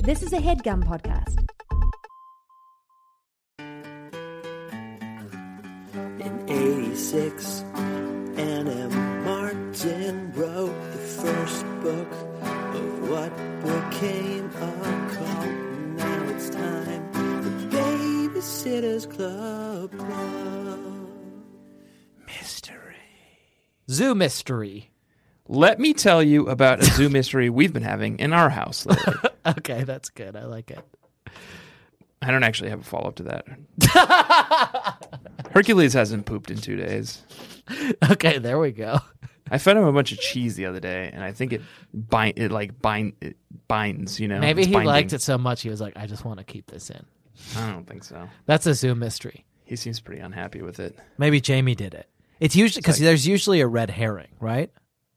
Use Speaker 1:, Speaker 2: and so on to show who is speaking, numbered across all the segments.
Speaker 1: This is a headgum podcast.
Speaker 2: In 86, Anna Martin wrote the first book of what became a cult. Now it's time the Babysitter's Club. Mystery.
Speaker 3: Zoo mystery.
Speaker 4: Let me tell you about a zoo mystery we've been having in our house lately.
Speaker 3: Okay, that's good. I like it.
Speaker 4: I don't actually have a follow up to that. Hercules hasn't pooped in two days.
Speaker 3: Okay, there we go.
Speaker 4: I fed him a bunch of cheese the other day, and I think it bind it like bind it binds. You know,
Speaker 3: Maybe
Speaker 4: It's
Speaker 3: he
Speaker 4: binding.
Speaker 3: liked it so much he was like, I just want to keep this in.
Speaker 4: I don't think so.
Speaker 3: That's a zoo mystery.
Speaker 4: He seems pretty unhappy with it.
Speaker 5: Maybe Jamie did it. It's usually because there's usually a red herring, right?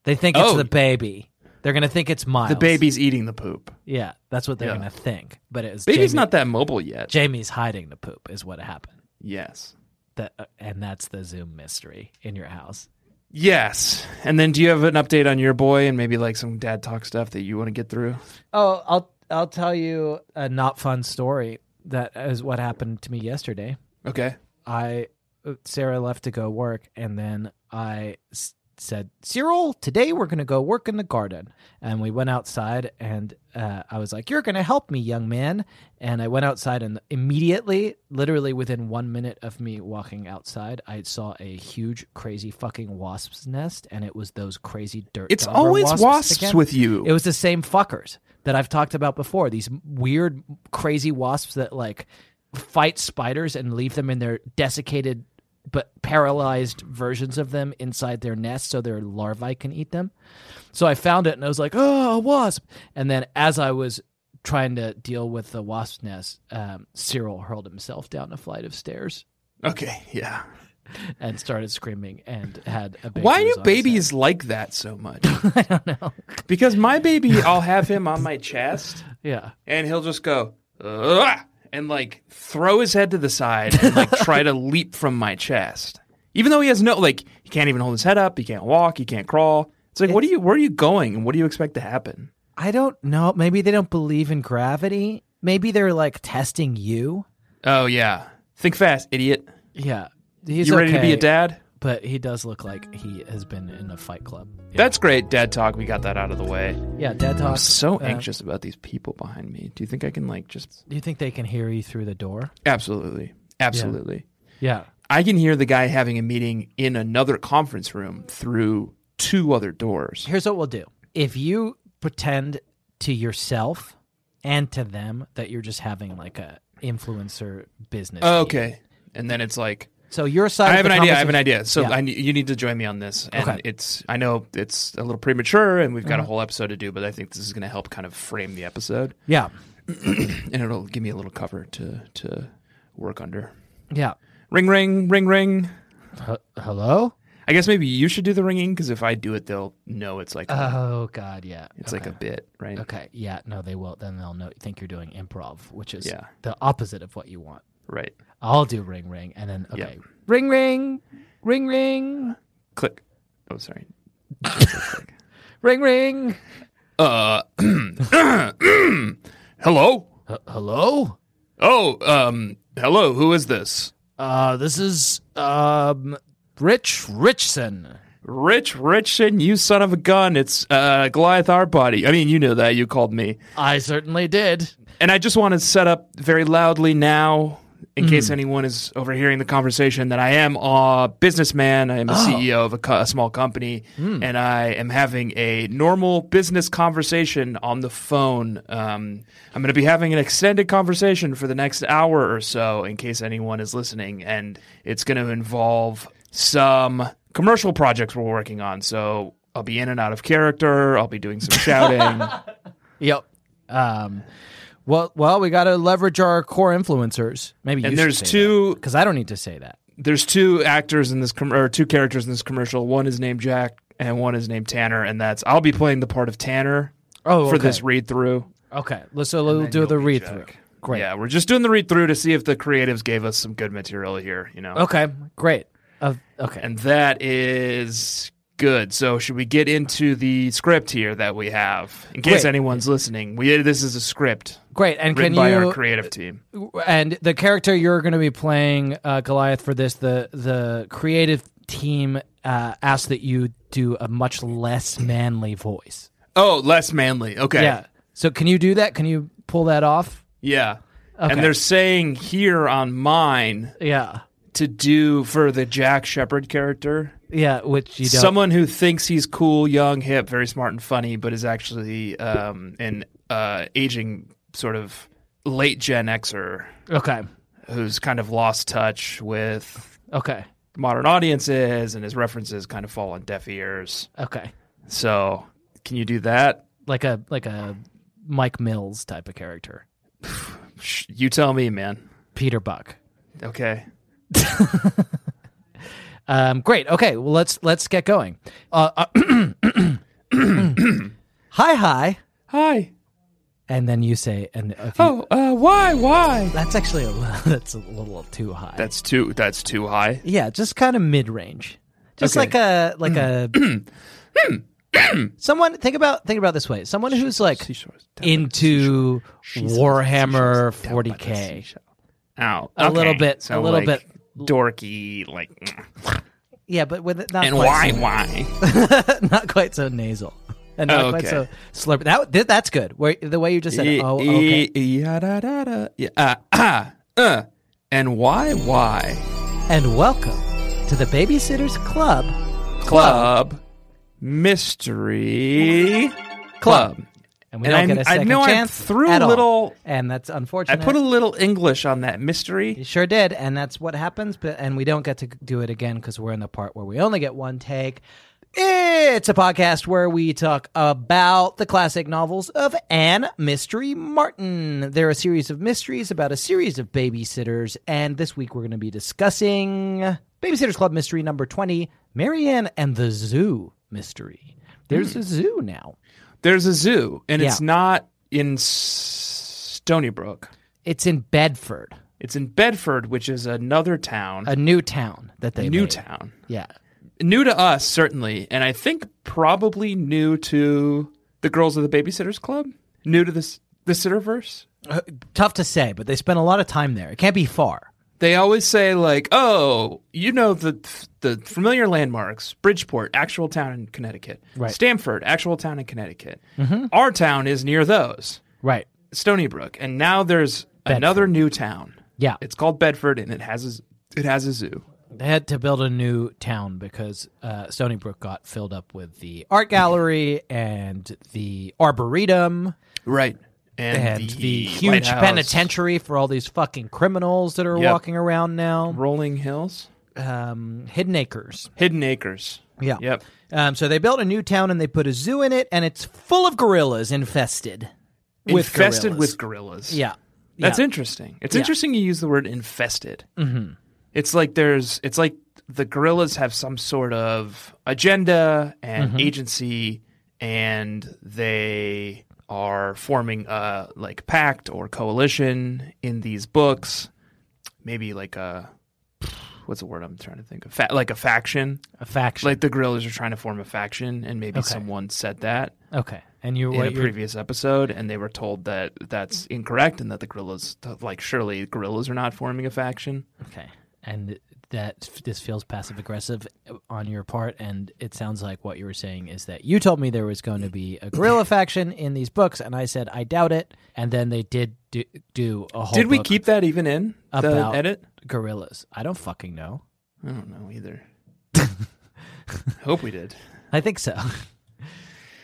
Speaker 5: They think it's
Speaker 4: Oh.
Speaker 5: the baby. They're gonna think it's Miles.
Speaker 4: The baby's eating the poop.
Speaker 5: Yeah, that's what they're
Speaker 4: Yeah.
Speaker 5: gonna think. But it was
Speaker 4: Baby's
Speaker 5: Jamie-
Speaker 4: not that mobile yet.
Speaker 5: Jamie's hiding the poop is what happened.
Speaker 4: yes.
Speaker 5: That uh, and that's the Zoom mystery in your house.
Speaker 4: Yes. And then do you have an update on your boy and maybe like some dad talk stuff that you want to get through?
Speaker 5: Oh, I'll I'll tell you a not fun story. That is what happened to me yesterday.
Speaker 4: Okay.
Speaker 5: I uh, Sarah left to go work, and then I s- said, "Cyril, today we're going to go work in the garden." And we went outside, and uh, I was like, "You're going to help me, young man." And I went outside, and immediately, literally within one minute of me walking outside, I saw a huge, crazy fucking wasp's nest, and it was those crazy dirt.
Speaker 4: It's
Speaker 5: dauber
Speaker 4: always
Speaker 5: wasps,
Speaker 4: wasps,
Speaker 5: again.
Speaker 4: with you.
Speaker 5: It was the same fuckers that I've talked about before. These weird, crazy wasps that like fight spiders and leave them in their desiccated but paralyzed versions of them inside their nest so their larvae can eat them. So I found it and I was like, oh, a wasp. And then as I was trying to deal with the wasp's nest, um, Cyril hurled himself down a flight of stairs
Speaker 4: okay. Yeah.
Speaker 5: and started screaming and had a baby.
Speaker 4: Why do babies like that so much?
Speaker 5: I don't know.
Speaker 4: Because my baby, I'll have him on my chest,
Speaker 5: Yeah.
Speaker 4: and he'll just go "Ugh," and like throw his head to the side and like try to leap from my chest, even though he has no like he can't even hold his head up, he can't walk, he can't crawl. It's like, what are you? Where are you going? And what do you expect to happen?
Speaker 5: I don't know. Maybe they don't believe in gravity. Maybe they're like testing you.
Speaker 4: Oh yeah, think fast, idiot.
Speaker 5: Yeah. He's
Speaker 4: you ready to be
Speaker 5: okay,
Speaker 4: a dad?
Speaker 5: But he does look like he has been in a fight club.
Speaker 4: That's great, dad talk. We got that out of the way.
Speaker 5: Yeah, Dad
Speaker 4: I'm
Speaker 5: talks.
Speaker 4: so
Speaker 5: uh,
Speaker 4: anxious about these people behind me. Do you think I can like just
Speaker 5: Do you think they can hear you through the door?
Speaker 4: absolutely, absolutely?
Speaker 5: Yeah.
Speaker 4: I can hear the guy having a meeting in another conference room through two other doors.
Speaker 5: Here's what we'll do. If you pretend to yourself and to them that you're just having like a influencer business.
Speaker 4: Oh,
Speaker 5: meeting.
Speaker 4: okay. And then it's like,
Speaker 5: So your side
Speaker 4: I
Speaker 5: of
Speaker 4: have an
Speaker 5: the
Speaker 4: idea. I have an
Speaker 5: conversation-
Speaker 4: idea. So
Speaker 5: Yeah.
Speaker 4: I ne- you need to join me on this. And
Speaker 5: Okay. Uh-huh.
Speaker 4: it's, I know it's a little premature and we've got a whole episode to do, but I think this is going to help kind of frame the episode
Speaker 5: Yeah.
Speaker 4: and it'll give me a little cover to, to work under.
Speaker 5: Yeah.
Speaker 4: Ring, ring, ring, ring.
Speaker 5: H- hello?
Speaker 4: I guess maybe you should do the ringing because if I do it, they'll know it's like, a-
Speaker 5: Oh god, yeah.
Speaker 4: it's like a bit, right?
Speaker 5: Okay. Yeah. No, they will. Then they'll know, think you're doing improv, which is
Speaker 4: Yeah.
Speaker 5: the opposite of what you want.
Speaker 4: Right.
Speaker 5: I'll do ring ring, and then
Speaker 4: Yeah.
Speaker 5: okay, ring ring, ring ring,
Speaker 4: Click. Oh, sorry.
Speaker 5: ring ring.
Speaker 4: Uh, hello?
Speaker 5: H- hello.
Speaker 4: Oh, um, hello, who is this?
Speaker 5: Uh, this is um, Rich Richson.
Speaker 4: Rich Richson, you son of a gun. It's uh, Goliath Arbody. I mean, you know that. You called me.
Speaker 5: I certainly did.
Speaker 4: And I just want to set up very loudly now, in case anyone is overhearing the conversation, that I am a businessman. I am a CEO of a, co- a small company, and I am having a normal business conversation on the phone. Um, I'm going to be having an extended conversation for the next hour or so, in case anyone is listening, and it's going to involve some commercial projects we're working on. So. I'll be in and out of character. I'll be doing some shouting.
Speaker 5: Yep. Um, well, well, we got to leverage our core influencers. Maybe
Speaker 4: and there's two
Speaker 5: because I don't need to say that.
Speaker 4: there's two actors in this com- or two characters in this commercial. One is named Jack and one is named Tanner, and that's I'll be playing the part of Tanner
Speaker 5: Oh,
Speaker 4: for
Speaker 5: okay.
Speaker 4: this read through.
Speaker 5: Okay, let's so we'll do the read through. Great.
Speaker 4: Yeah, we're just doing the read through to see if the creatives gave us some good material here, you know.
Speaker 5: Okay. Great. Uh, okay.
Speaker 4: And that is good. So should we get into the script here that we have? In case
Speaker 5: Great.
Speaker 4: anyone's listening, we this is a script
Speaker 5: Great. And
Speaker 4: written
Speaker 5: can
Speaker 4: by
Speaker 5: you
Speaker 4: our creative team.
Speaker 5: and the character you're going to be playing uh, Goliath for this the the creative team uh, asked that you do a much less manly voice.
Speaker 4: Oh, less manly. Okay.
Speaker 5: Yeah. So can you do that? Can you pull that off?
Speaker 4: Yeah.
Speaker 5: Okay.
Speaker 4: And they're saying here on mine
Speaker 5: Yeah.
Speaker 4: to do for the Jack Shepherd character,
Speaker 5: Yeah, which you don't.
Speaker 4: someone who thinks he's cool, young, hip, very smart and funny, but is actually um, an uh, aging sort of late Gen Xer
Speaker 5: okay.
Speaker 4: who's kind of lost touch with
Speaker 5: Okay.
Speaker 4: modern audiences and his references kind of fall on deaf ears.
Speaker 5: Okay.
Speaker 4: So, can you do that?
Speaker 5: Like a like a Mike Mills type of character.
Speaker 4: Sh- You tell me, man.
Speaker 5: Peter Buck.
Speaker 4: Okay.
Speaker 5: Um, great. Okay. Well, let's let's get going. Uh, uh, hi, hi,
Speaker 4: Hi.
Speaker 5: and then you say, and if you,
Speaker 4: Oh, uh, why? Why?
Speaker 5: that's actually a, li- that's a little too high.
Speaker 4: That's too. That's too high.
Speaker 5: yeah, just kind of mid range, just
Speaker 4: Okay. Hmm.
Speaker 5: like a like a someone. Think about think about it this way. Someone who's like
Speaker 4: Seashores. down by the
Speaker 5: into
Speaker 4: seashore.
Speaker 5: Warhammer
Speaker 4: Seashores down by the
Speaker 5: 40k.
Speaker 4: seashore. Ow.
Speaker 5: A little
Speaker 4: Okay.
Speaker 5: bit-
Speaker 4: So,
Speaker 5: a little
Speaker 4: like,
Speaker 5: bit-
Speaker 4: dorky. Like.
Speaker 5: Yeah, but with it not
Speaker 4: And
Speaker 5: quite
Speaker 4: why?
Speaker 5: so-
Speaker 4: Why?
Speaker 5: not quite so nasal and not
Speaker 4: Oh,
Speaker 5: quite
Speaker 4: okay.
Speaker 5: so slurp. That th- that's good. Where the way you just said,
Speaker 4: E-
Speaker 5: oh,
Speaker 4: e-
Speaker 5: okay,
Speaker 4: yeah, da, da, da. Yeah, uh, ah, uh. And why? Why?
Speaker 5: and welcome to the Babysitters Club.
Speaker 4: Club mystery club.
Speaker 5: And we
Speaker 4: And
Speaker 5: don't
Speaker 4: I'm-
Speaker 5: get a
Speaker 4: I
Speaker 5: second
Speaker 4: know I
Speaker 5: chance.
Speaker 4: threw a
Speaker 5: at all.
Speaker 4: little-
Speaker 5: and that's
Speaker 4: I
Speaker 5: unfortunate.
Speaker 4: put a little English on that
Speaker 5: you
Speaker 4: mystery.
Speaker 5: sure did, and that's what happens. But and we don't get to do it again because we're in the part where we only get one take. It's a podcast where we talk about the classic novels of Anne Mystery Martin. They're a series of mysteries about a series of babysitters, and this week we're going to be discussing Babysitters Club Mystery number twenty, Marianne and the Zoo Mystery.
Speaker 4: Hmm.
Speaker 5: There's a zoo now.
Speaker 4: There's a zoo, and it's
Speaker 5: Yeah.
Speaker 4: not in S- Stony Brook.
Speaker 5: It's in Bedford.
Speaker 4: It's in Bedford, which is another town,
Speaker 5: a new town that they
Speaker 4: new
Speaker 5: made.
Speaker 4: town,
Speaker 5: Yeah,
Speaker 4: new to us certainly, and I think probably new to the girls of the Babysitters Club, new to this the Sitterverse.
Speaker 5: tough to say, but they spent a lot of time there. It can't be far.
Speaker 4: They always say like, "Oh, you know the the familiar landmarks: Bridgeport, actual town in Connecticut;
Speaker 5: Right. Mm-hmm.
Speaker 4: Stamford, actual town in Connecticut. Our town is near those,
Speaker 5: Right.
Speaker 4: Stony Brook, and now there's another new town.
Speaker 5: Yeah,
Speaker 4: It's called Bedford, and it has a, it has a zoo.
Speaker 5: they had to build a new town because uh, Stony Brook got filled up with the art gallery and the arboretum
Speaker 4: Right, and,
Speaker 5: and the, huge
Speaker 4: lighthouse.
Speaker 5: penitentiary for all these fucking criminals that are
Speaker 4: Yep.
Speaker 5: walking around now.
Speaker 4: Rolling Hills,
Speaker 5: Um, Hidden Acres.
Speaker 4: Hidden Acres.
Speaker 5: Yeah.
Speaker 4: Yep,
Speaker 5: Um, so they built a new town and they put a zoo in it, and it's full of gorillas infested. With
Speaker 4: infested
Speaker 5: gorillas.
Speaker 4: with gorillas.
Speaker 5: Yeah.
Speaker 4: That's
Speaker 5: Yeah.
Speaker 4: interesting. It's
Speaker 5: Yeah.
Speaker 4: interesting you use the word infested. Mm-hmm. It's like there's, it's like the gorillas have some sort of agenda and
Speaker 5: Mm-hmm.
Speaker 4: agency, and they are forming a like pact or coalition in these books. Maybe like a what's the word I'm trying to think of? Fa- like a faction.
Speaker 5: A faction.
Speaker 4: Like the gorillas are trying to form a faction, and maybe someone said that
Speaker 5: okay. And you're
Speaker 4: in
Speaker 5: what
Speaker 4: a
Speaker 5: you're
Speaker 4: previous episode, and they were told that that's incorrect and that the gorillas, like, surely gorillas are not forming a faction.
Speaker 5: Okay. And that this feels passive aggressive on your part. And it sounds like what you were saying is that you told me there was going to be a guerrilla faction in these books, and I said I doubt it. And then they did do, do a whole.
Speaker 4: Did we
Speaker 5: book
Speaker 4: keep that even in the
Speaker 5: About-
Speaker 4: edit?
Speaker 5: gorillas? I don't fucking know.
Speaker 4: I don't know either. Hope we did.
Speaker 5: I think so. um,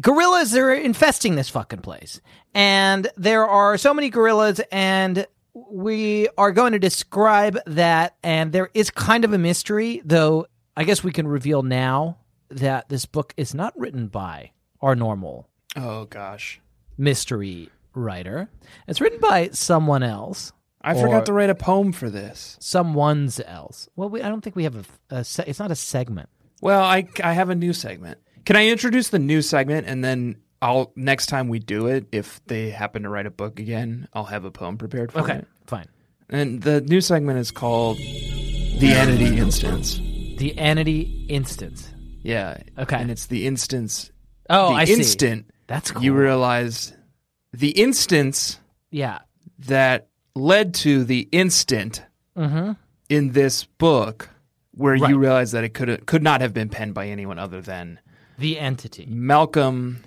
Speaker 5: gorillas are infesting this fucking place. And there are so many gorillas, and we are going to describe that. And there is kind of a mystery, though I guess we can reveal now that this book is not written by our normal
Speaker 4: Oh gosh,
Speaker 5: mystery writer, it's written by someone else.
Speaker 4: I
Speaker 5: Or-
Speaker 4: forgot to write a poem for this.
Speaker 5: Someone's else. Well, we, I don't think we have a. a se- it's not a segment.
Speaker 4: Well, I I have a new segment. Can I introduce the new segment and then? I'll next time we do it, if they happen to write a book again, I'll have a poem prepared for it.
Speaker 5: fine.
Speaker 4: And the new segment is called The Entity Instance.
Speaker 5: The entity instance.
Speaker 4: Yeah.
Speaker 5: Okay.
Speaker 4: And it's the instance.
Speaker 5: Oh,
Speaker 4: the
Speaker 5: I see.
Speaker 4: instant
Speaker 5: That's cool.
Speaker 4: you realize the instance
Speaker 5: yeah.
Speaker 4: that led to the instant in this book where
Speaker 5: Mm-hmm. Right.
Speaker 4: you realize that it could could not have been penned by anyone other than
Speaker 5: The entity.
Speaker 4: Malcolm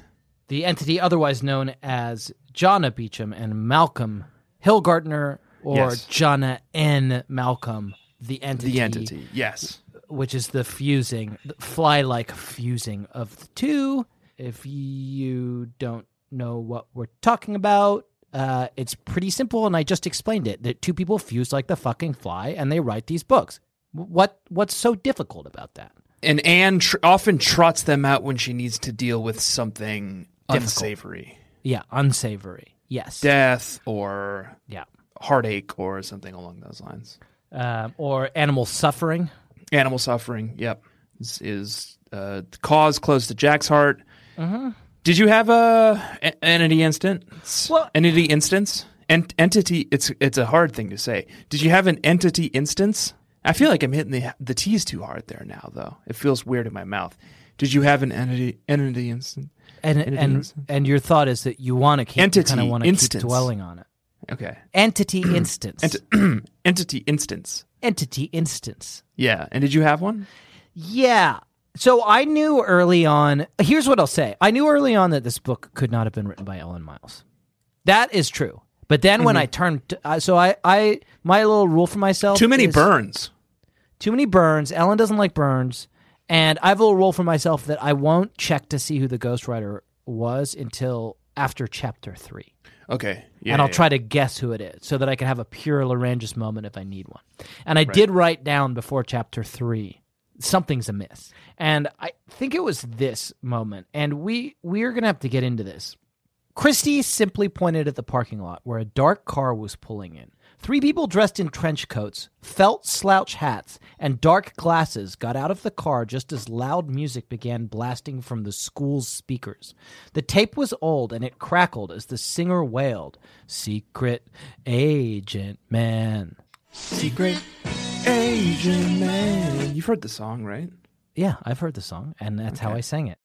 Speaker 5: The entity otherwise known as Jonna Beecham and Malcolm Hillgartner or
Speaker 4: Yes.
Speaker 5: Jonna N. Malcolm, the entity.
Speaker 4: the entity. Yes.
Speaker 5: Which is the fusing, fly like fusing of the two. If you don't know what we're talking about, uh, it's pretty simple, and I just explained it. That two people fuse like the fucking fly, and they write these books. W- What what's so difficult about that?
Speaker 4: And Anne tr- often trots them out when she needs to deal with something unsavory.
Speaker 5: Yeah, unsavory. Yes.
Speaker 4: Death or
Speaker 5: yeah.
Speaker 4: heartache or something along those lines.
Speaker 5: Um, or animal suffering.
Speaker 4: Animal suffering, yep, is, is uh, the cause close to Jack's heart.
Speaker 5: Uh-huh.
Speaker 4: Did you have a, a- entity instance?
Speaker 5: Well-
Speaker 4: entity instance? Ent- entity. It's it's a hard thing to say. Did you have an entity instance? I feel like I'm hitting the the T's too hard there now, though. It feels weird in my mouth. Did you have an entity entity instance?
Speaker 5: And
Speaker 4: Entity
Speaker 5: and
Speaker 4: instance.
Speaker 5: and your thought is that you want to keep
Speaker 4: Entity
Speaker 5: kind of want to keep
Speaker 4: instance.
Speaker 5: dwelling on it.
Speaker 4: Okay,
Speaker 5: Entity instance.
Speaker 4: Ent- entity instance.
Speaker 5: Entity instance.
Speaker 4: Yeah, and did you have one?
Speaker 5: Yeah. So I knew early on. Here's what I'll say. I knew early on that this book could not have been written by Ellen Miles. That is true. But then
Speaker 4: Mm-hmm.
Speaker 5: when I turned, to, uh, so I, I, my little rule for myself:
Speaker 4: Too many
Speaker 5: is-
Speaker 4: burns.
Speaker 5: too many burns. Ellen doesn't like burns, and I have a little rule for myself that I won't check to see who the ghostwriter was until after chapter three,
Speaker 4: Okay, yeah,
Speaker 5: and I'll
Speaker 4: yeah.
Speaker 5: try to guess who it is so that I can have a pure Larangis moment if I need one. And I did write down before chapter three something's amiss, and I think it was this moment, and we we're gonna have to get into this. Christie simply pointed at the parking lot where a dark car was pulling in. Three people dressed in trench coats, felt slouch hats, and dark glasses got out of the car just as loud music began blasting from the school's speakers. The tape was old and it crackled as the singer wailed, Secret Agent Man.
Speaker 4: Secret Asian Man. You've heard the song, right?
Speaker 5: Yeah, I've heard the song, and that's how I sang it.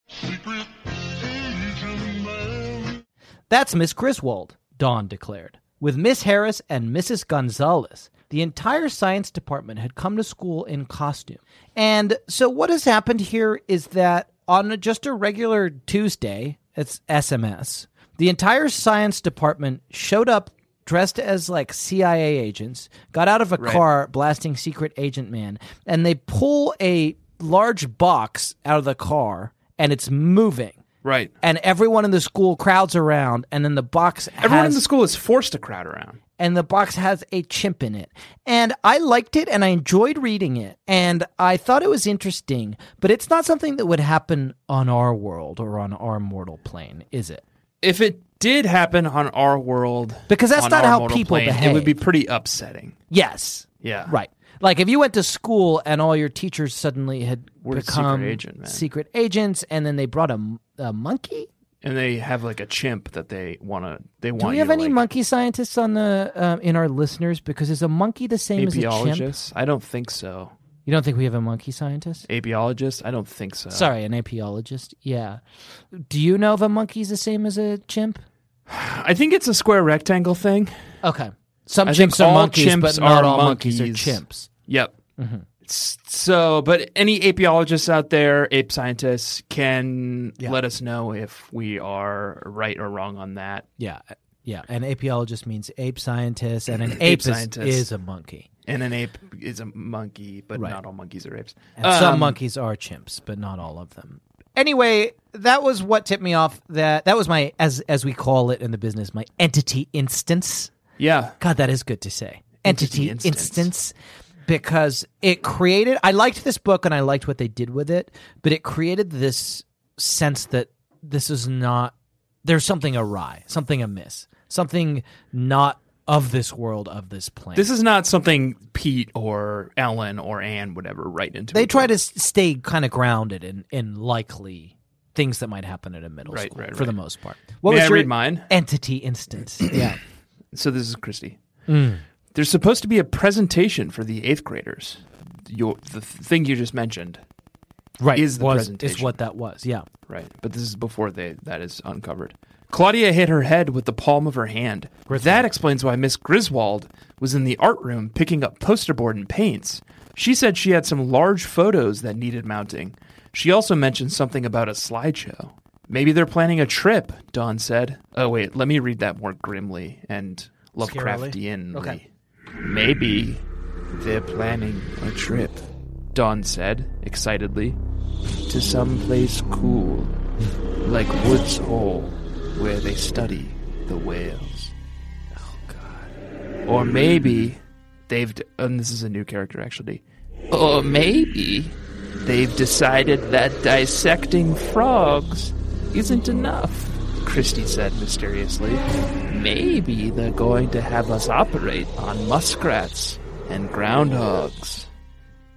Speaker 5: That's Miss Griswold, Dawn declared. With Miss Harris and Mrs. Gonzalez, the entire science department had come to school in costume. And so, what has happened here is that on just a regular Tuesday, it's SMS, the entire science department showed up dressed as like CIA agents, got out of a car blasting Secret Agent Man, and they pull a large box out of the car and it's moving
Speaker 4: Right.
Speaker 5: and everyone in the school crowds around and then the box
Speaker 4: Everyone in
Speaker 5: has,
Speaker 4: the school is forced to crowd around.
Speaker 5: and the box has a chimp in it and i liked it and i enjoyed reading it and i thought it was interesting but it's not something that would happen on our world or on our mortal plane is it
Speaker 4: If it did happen on our world,
Speaker 5: Because that's
Speaker 4: on
Speaker 5: not
Speaker 4: our
Speaker 5: how
Speaker 4: mortal
Speaker 5: people
Speaker 4: plane, It would be
Speaker 5: behave.
Speaker 4: pretty upsetting.
Speaker 5: yes
Speaker 4: Yeah.
Speaker 5: right like if you went to school and all your teachers suddenly had
Speaker 4: We're secret
Speaker 5: become
Speaker 4: agent, man.
Speaker 5: secret agents and then they brought a, m- a monkey
Speaker 4: And they have like a chimp that they wanna. They
Speaker 5: do
Speaker 4: want.
Speaker 5: we
Speaker 4: you
Speaker 5: have
Speaker 4: to,
Speaker 5: any
Speaker 4: like,
Speaker 5: monkey scientists on the um, in our listeners because is a monkey the same as a chimp
Speaker 4: Apiologists? I don't think so.
Speaker 5: You don't think we have a monkey scientist?
Speaker 4: Apiologists? I don't think so.
Speaker 5: Sorry, an apiologist. Yeah. Do you know if a monkey's the same as a chimp?
Speaker 4: I think it's a square rectangle thing.
Speaker 5: Okay. Some
Speaker 4: I think
Speaker 5: chimps are
Speaker 4: all
Speaker 5: monkeys, but
Speaker 4: chimps are
Speaker 5: not all monkeys. are
Speaker 4: monkeys.
Speaker 5: chimps.
Speaker 4: Yep.
Speaker 5: Mm-hmm.
Speaker 4: S- So, but any apiologists out there, ape scientists, can let us know if we are right or wrong on that.
Speaker 5: Yeah. Yeah. An apiologist means ape scientist, and an ape, is-
Speaker 4: scientist.
Speaker 5: is, a monkey.
Speaker 4: And an ape is a monkey, but
Speaker 5: Right.
Speaker 4: not all monkeys are apes.
Speaker 5: And some
Speaker 4: Um,
Speaker 5: monkeys are chimps, but not all of them. Anyway, that was what tipped me off that that was my as as we call it in the business, my entity instance.
Speaker 4: Yeah.
Speaker 5: God, that is good to say. Entity,
Speaker 4: Entity
Speaker 5: instance.
Speaker 4: instance.
Speaker 5: Because it created, I liked this book and I liked what they did with it, but it created this sense that this is not, there's something awry, something amiss, something not of this world, of this planet.
Speaker 4: This is not something Pete or Ellen or Anne would ever write into.
Speaker 5: they
Speaker 4: a
Speaker 5: try
Speaker 4: book.
Speaker 5: to s- stay kind of grounded in, in likely things that might happen at a middle
Speaker 4: Right,
Speaker 5: school
Speaker 4: right,
Speaker 5: for the
Speaker 4: right.
Speaker 5: most part. What
Speaker 4: May
Speaker 5: was
Speaker 4: I
Speaker 5: your
Speaker 4: read mine?
Speaker 5: entity instance? yeah. Mm.
Speaker 4: So this is Christy. There's supposed to be a presentation for the eighth graders. your the thing you just mentioned,
Speaker 5: right
Speaker 4: is the
Speaker 5: was-
Speaker 4: presentation.
Speaker 5: is what that was yeah
Speaker 4: right? But this is before they that is uncovered. Claudia hit her head with the palm of her hand. That explains why Miss Griswold was in the art room picking up poster board and paints. She said she had some large photos that needed mounting. She also mentioned something about a slideshow. Maybe they're planning a trip, Don said. Oh wait, let me read that more grimly and Lovecraftianly.
Speaker 5: Okay.
Speaker 4: Maybe they're planning a trip, Don said excitedly, to some place cool, like Woods Hole, where they study the whales. Oh god. Or maybe they've d- and this is a new character actually. Or maybe they've decided that dissecting frogs isn't enough, Christie said mysteriously. Maybe they're going to have us operate on muskrats and groundhogs.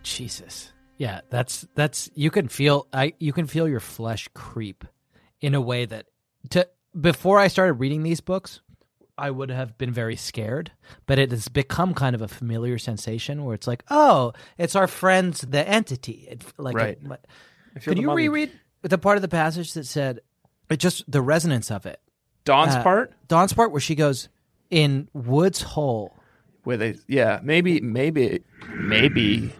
Speaker 5: jesus yeah that's that's you can feel i you can feel your flesh creep in a way that to before i started reading these books i would have been very scared but it has become kind of a familiar sensation where it's like oh it's our friends the entity it, like
Speaker 4: Right.
Speaker 5: it-
Speaker 4: feel
Speaker 5: could
Speaker 4: the
Speaker 5: you
Speaker 4: mummy.
Speaker 5: reread the part of the passage that said it just the resonance of it
Speaker 4: Don's
Speaker 5: Uh,
Speaker 4: part?
Speaker 5: Dawn's part where she goes in Woods Hole.
Speaker 4: Where they, yeah, maybe, maybe, maybe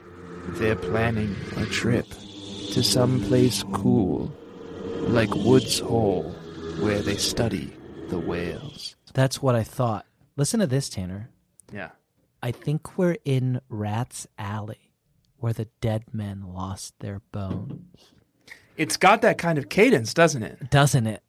Speaker 4: they're planning a trip to some place cool, like Woods Hole, where they study the whales.
Speaker 5: That's what I thought. Listen to this, Tanner.
Speaker 4: Yeah.
Speaker 5: I think we're in Rat's Alley, where the dead men lost their bone.
Speaker 4: It's got that kind of cadence, doesn't it?
Speaker 5: Doesn't it?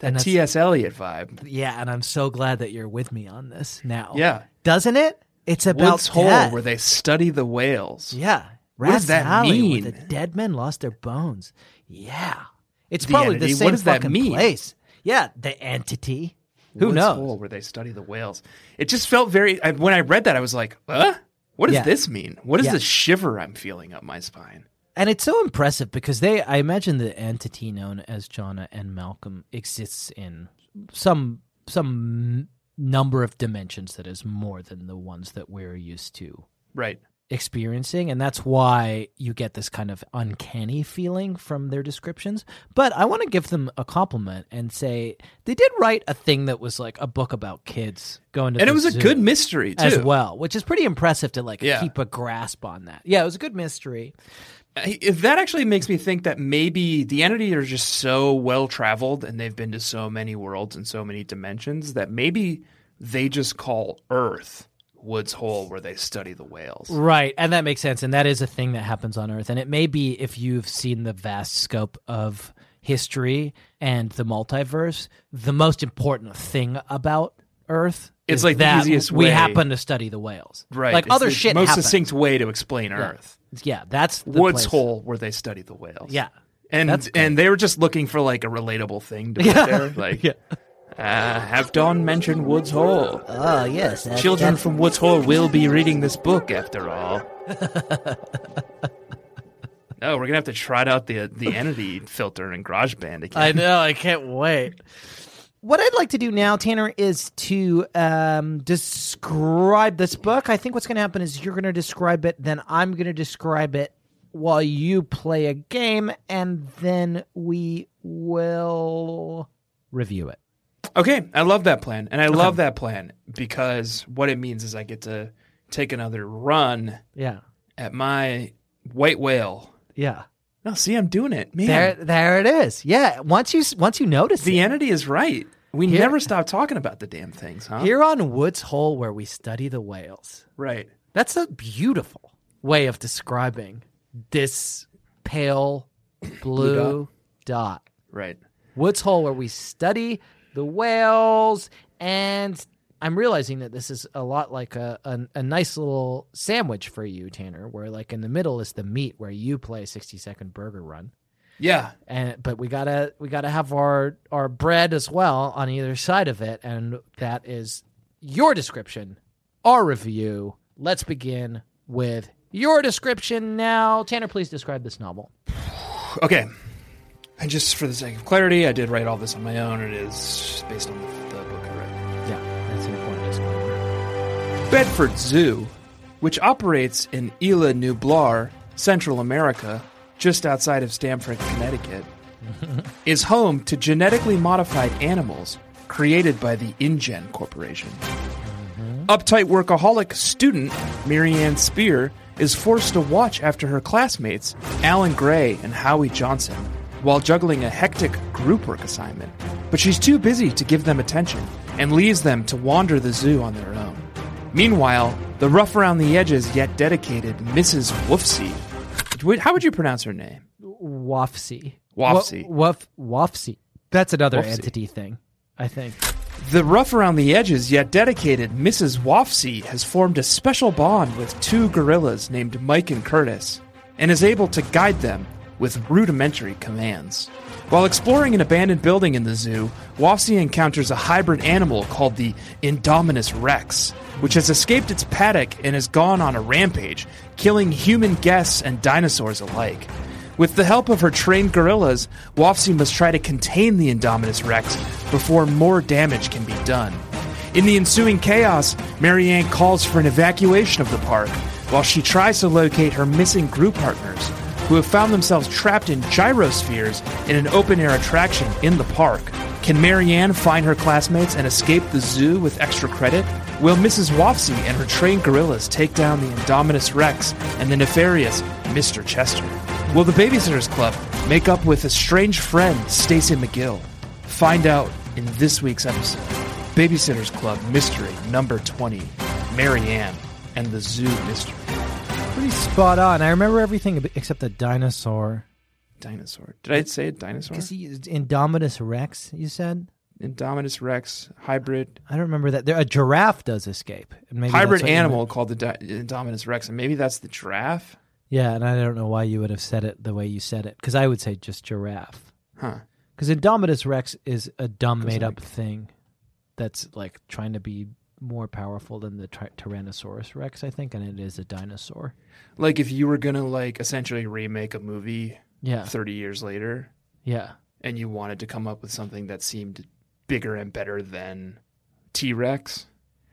Speaker 5: And
Speaker 4: That
Speaker 5: that's-
Speaker 4: T.S. Eliot vibe.
Speaker 5: Yeah, and I'm so glad that you're with me on this now.
Speaker 4: Yeah.
Speaker 5: Doesn't it? It's about
Speaker 4: Woods Hole,
Speaker 5: death.
Speaker 4: where they study the whales.
Speaker 5: Yeah.
Speaker 4: What does
Speaker 5: Rat's
Speaker 4: that
Speaker 5: Alley,
Speaker 4: mean?
Speaker 5: Where the dead men lost their bones. Yeah. It's
Speaker 4: The
Speaker 5: probably
Speaker 4: entity?
Speaker 5: the
Speaker 4: What
Speaker 5: same
Speaker 4: does that
Speaker 5: fucking
Speaker 4: mean?
Speaker 5: place. Yeah, the entity. Who
Speaker 4: Woods
Speaker 5: knows?
Speaker 4: Hole, where they study the whales. It just felt very. I, when I read that, I was like, huh? What does
Speaker 5: Yeah.
Speaker 4: this mean? What is
Speaker 5: Yeah.
Speaker 4: this shiver I'm feeling up my spine?
Speaker 5: And it's so impressive because they, I imagine, the entity known as Jonna and Malcolm exists in some some number of dimensions that is more than the ones that we're used to
Speaker 4: Right.
Speaker 5: experiencing, and that's why you get this kind of uncanny feeling from their descriptions. But I want to give them a compliment and say they did write a thing that was like a book about kids going to
Speaker 4: And
Speaker 5: the
Speaker 4: it was a
Speaker 5: zoo
Speaker 4: good mystery, too.
Speaker 5: as well, which is pretty impressive to like
Speaker 4: Yeah.
Speaker 5: keep a grasp on that. Yeah, it was a good mystery.
Speaker 4: I- that actually makes me think that maybe the entity are just so well traveled and they've been to so many worlds and so many dimensions that maybe they just call Earth Woods Hole where they study the whales.
Speaker 5: Right, and that makes sense, and that is a thing that happens on Earth, and it may be if you've seen the vast scope of history and the multiverse, the most important thing about Earth.
Speaker 4: It's
Speaker 5: is
Speaker 4: like the
Speaker 5: that
Speaker 4: easiest
Speaker 5: we
Speaker 4: way-
Speaker 5: happen to study the whales,
Speaker 4: Right.
Speaker 5: Like
Speaker 4: it's
Speaker 5: other
Speaker 4: the
Speaker 5: shit,
Speaker 4: Most
Speaker 5: happens.
Speaker 4: succinct way to explain Earth.
Speaker 5: Yeah, that's the
Speaker 4: Woods
Speaker 5: place.
Speaker 4: Hole where they study the whales.
Speaker 5: Yeah,
Speaker 4: And
Speaker 5: That's good.
Speaker 4: and they were just looking for like a relatable thing to put there. Like uh, have Don mention Woods Hole.
Speaker 5: Oh yes,
Speaker 4: Children from Woods Hole will be reading this book after all. no, we're gonna have to try out the the entity filter in GarageBand again.
Speaker 5: I know. I can't wait. What I'd like to do now, Tanner, is to um, describe this book. I think what's going to happen is you're going to describe it, then I'm going to describe it while you play a game, and then we will review it.
Speaker 4: Okay, I love that plan, and I love that plan because what it means is I get to take another run
Speaker 5: Yeah.
Speaker 4: at my white whale.
Speaker 5: Yeah.
Speaker 4: No, see, I'm doing it, man.
Speaker 5: There, there it is. Yeah. Once you, once you notice
Speaker 4: the
Speaker 5: it,
Speaker 4: entity is right. We
Speaker 5: Here-
Speaker 4: never stop talking about the damn things, huh?
Speaker 5: here on Woods Hole, where we study the whales.
Speaker 4: right.
Speaker 5: That's a beautiful way of describing this pale blue, dot.
Speaker 4: Right.
Speaker 5: Woods Hole, where we study the whales. And I'm realizing that this is a lot like a, a, a nice little sandwich for you, Tanner, where like in the middle is the meat where you play 60 second burger run.
Speaker 4: Yeah.
Speaker 5: And but we gotta we gotta have our our bread as well on either side of it, and that is your description, our review. Let's begin with your description now. Tanner, please describe this novel.
Speaker 4: Okay. And just for the sake of clarity, I did write all this on my own. It is based on the, the book I read.
Speaker 5: Yeah, that's an important disclaimer.
Speaker 4: Bedford Zoo which operates in Isla Nublar, Central America, just outside of Stamford, Connecticut, is home to genetically modified animals created by the InGen Corporation. Uptight workaholic student Marianne Spear is forced to watch after her classmates, Alan Gray and Howie Johnson, while juggling a hectic group work assignment. But she's too busy to give them attention and leaves them to wander the zoo on their own. Meanwhile, the rough around the edges yet dedicated Mrs. Woofsy. How would you pronounce her name?
Speaker 5: Wafsi.
Speaker 4: Wafsi.
Speaker 5: Wa- Waf Wafsi. That's another
Speaker 4: Wafsi.
Speaker 5: entity thing, I think.
Speaker 4: The rough around the edges yet dedicated Mrs. Wofsey has formed a special bond with two gorillas named Mike and Curtis and is able to guide them with rudimentary commands. While exploring an abandoned building in the zoo, Wofsey encounters a hybrid animal called the Indominus Rex, which has escaped its paddock and has gone on a rampage, killing human guests and dinosaurs alike. With the help of her trained gorillas, Wafsi must try to contain the Indominus Rex before more damage can be done. In the ensuing chaos, Marianne calls for an evacuation of the park while she tries to locate her missing group partners, who have found themselves trapped in gyrospheres in an open air attraction in the park. Can Marianne find her classmates and escape the zoo with extra credit? Will Mrs. Wafsi and her trained gorillas take down the Indominus Rex and the nefarious Mr. Chester? Will the Babysitters Club make up with a strange friend, Stacy McGill? Find out in this week's episode Babysitters Club Mystery Number 20 Marianne and the Zoo Mystery.
Speaker 5: Pretty spot on. I remember everything ab- except the dinosaur.
Speaker 4: Dinosaur. Did I say dinosaur?
Speaker 5: Because he Indominus Rex, you said?
Speaker 4: Indominus Rex, hybrid.
Speaker 5: I don't remember that. There, a giraffe does escape. And maybe that's
Speaker 4: hybrid
Speaker 5: what you
Speaker 4: animal
Speaker 5: meant.
Speaker 4: called the di- Indominus Rex, and maybe that's the giraffe?
Speaker 5: Yeah, and I don't know why you would have said it the way you said it. Because I would say just giraffe.
Speaker 4: Huh.
Speaker 5: Because Indominus Rex is a dumb,
Speaker 4: Goes
Speaker 5: made up
Speaker 4: like-
Speaker 5: thing that's like trying to be more powerful than the tri- Tyrannosaurus Rex, I think, and it is a dinosaur.
Speaker 4: Like if you were going to like essentially remake a movie
Speaker 5: Yeah,
Speaker 4: 30 years later
Speaker 5: yeah,
Speaker 4: and you wanted to come up with something that seemed bigger and better than T-Rex?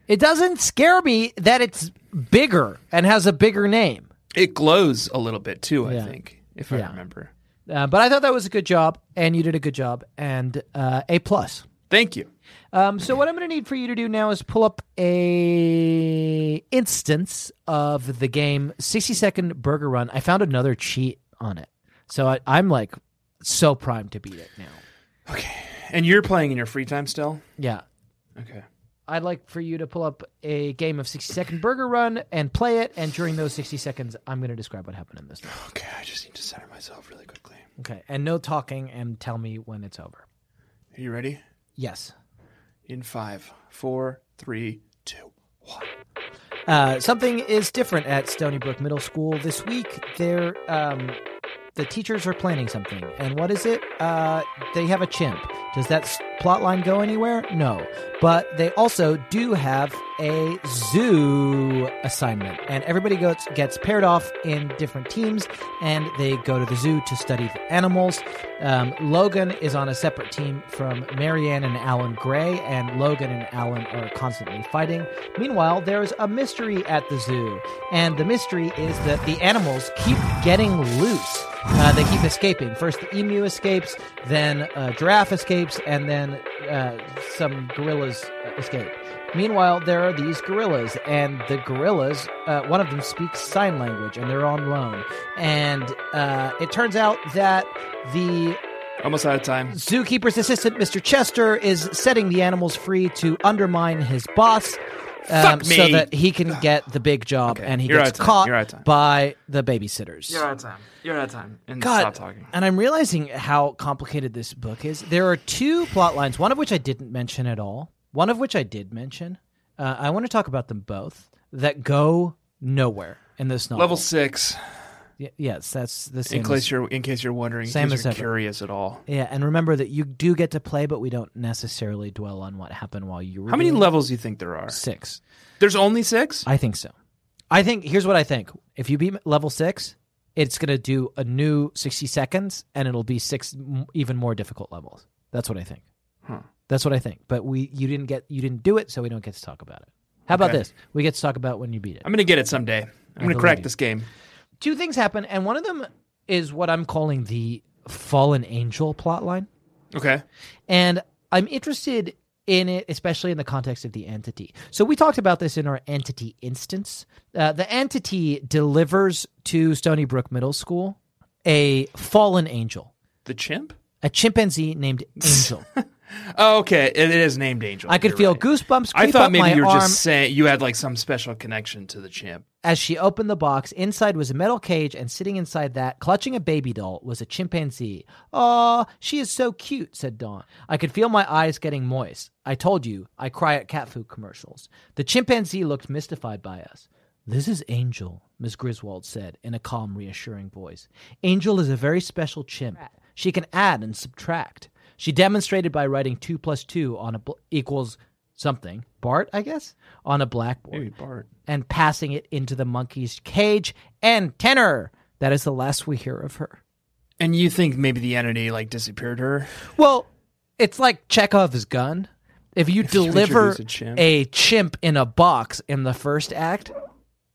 Speaker 5: It doesn't scare me that it's bigger and has a bigger name.
Speaker 4: It glows a little bit too, I
Speaker 5: Yeah.
Speaker 4: think, if I
Speaker 5: Yeah.
Speaker 4: remember.
Speaker 5: Uh, but I thought that was a good job, and you did a good job, and uh, a plus.
Speaker 4: Thank you.
Speaker 5: Um, so what I'm going to need for you to do now is pull up a instance of the game 60 second burger run. I found another cheat on it, so I, I'm like so primed to beat it now.
Speaker 4: And you're playing in your free time still?
Speaker 5: Yeah,
Speaker 4: Okay.
Speaker 5: I'd like for you to pull up a game of 60 second burger run and play it. And during those 60 seconds, I'm going to describe what happened in this. round.
Speaker 4: Okay, I just need to center myself really quickly.
Speaker 5: Okay, and no talking, and tell me when it's over.
Speaker 4: Are you ready?
Speaker 5: Yes.
Speaker 4: In five, four, three, two, one.
Speaker 5: Uh, something is different at Stony Brook Middle School this week. They're um, the teachers are planning something, and what is it? Uh, they have a chimp. Does that s- plot line go anywhere? No, but they also do have a zoo assignment, and everybody gets gets paired off in different teams, and they go to the zoo to study the animals. Um, Logan is on a separate team from Marianne and Alan Gray, and Logan and Alan are constantly fighting. Meanwhile, there's a mystery at the zoo, and the mystery is that the animals keep getting loose. Uh, they keep escaping. First, the emu escapes, then a giraffe escapes, and then uh, some gorillas uh, escape. Meanwhile, there are these gorillas, and the gorillas, uh, one of them speaks sign language, and they're on loan. And uh, it turns out that the
Speaker 4: Almost out of time.
Speaker 5: zookeeper's assistant, Mr. Chester, is setting the animals free to undermine his boss. um,
Speaker 4: Fuck
Speaker 5: So
Speaker 4: me.
Speaker 5: that he can get the big job
Speaker 4: Okay,
Speaker 5: and he
Speaker 4: you're out
Speaker 5: gets
Speaker 4: of time,
Speaker 5: caught
Speaker 4: you're out of time.
Speaker 5: by the babysitters.
Speaker 4: out of time. You're out of time. And
Speaker 5: God,
Speaker 4: stop talking.
Speaker 5: And I'm realizing how complicated this book is. There are two plot lines, one of which I didn't mention at all, one of which I did mention. Uh, I want to talk about them both that go nowhere in this novel.
Speaker 4: Level six.
Speaker 5: Y- yes, that's the same.
Speaker 4: In
Speaker 5: as-
Speaker 4: case you're in case you're wondering,
Speaker 5: Same
Speaker 4: in case
Speaker 5: as
Speaker 4: you're
Speaker 5: ever.
Speaker 4: curious at all.
Speaker 5: yeah, and remember that you do get to play, but we don't necessarily dwell on what happened while you were.
Speaker 4: How many
Speaker 5: doing it.
Speaker 4: levels do you think there are?
Speaker 5: Six.
Speaker 4: There's only six?
Speaker 5: I think so. I think here's what I think. If you beat level six, it's going to do a new 60 seconds, and it'll be six m- even more difficult levels. That's what I think.
Speaker 4: Huh.
Speaker 5: That's what I think. But we, you didn't get, you didn't do it, so we don't get to talk about it. How about
Speaker 4: Okay.
Speaker 5: this? We get to talk about when you beat it.
Speaker 4: I'm gonna get it someday. I'm gonna
Speaker 5: believe
Speaker 4: crack
Speaker 5: you.
Speaker 4: this game.
Speaker 5: Two things happen, and one of them is what I'm calling the fallen angel plotline.
Speaker 4: Okay.
Speaker 5: And I'm interested in it, especially in the context of the entity. So we talked about this in our entity instance. Uh, the entity delivers to Stony Brook Middle School a fallen angel,
Speaker 4: The chimp.
Speaker 5: a chimpanzee named Angel.
Speaker 4: Oh, okay. It, it is named Angel.
Speaker 5: I could
Speaker 4: You're
Speaker 5: feel
Speaker 4: right.
Speaker 5: goosebumps creep
Speaker 4: I thought
Speaker 5: up my
Speaker 4: maybe you were
Speaker 5: arm
Speaker 4: just saying you had like some special connection to the chimp.
Speaker 5: as she opened the box. Inside was a metal cage, and sitting inside that, clutching a baby doll, was a chimpanzee. Aw, she is so cute, said Dawn. I could feel my eyes getting moist. I told you, I cry at cat food commercials. The chimpanzee looked mystified by us. This is Angel, Miss Griswold said in a calm, reassuring voice. Angel is a very special chimp. She can add and subtract. She demonstrated by writing 2 plus 2 on a bl- equals something. Bart, I guess? On a blackboard
Speaker 4: Bart.
Speaker 5: and passing it into the monkey's cage and tenor. That is the last we hear of her.
Speaker 4: And you think maybe the entity like disappeared her?
Speaker 5: Well, it's like Chekhov's gun. If you
Speaker 4: you
Speaker 5: deliver
Speaker 4: introduce a chimp.
Speaker 5: a chimp in a box in the first act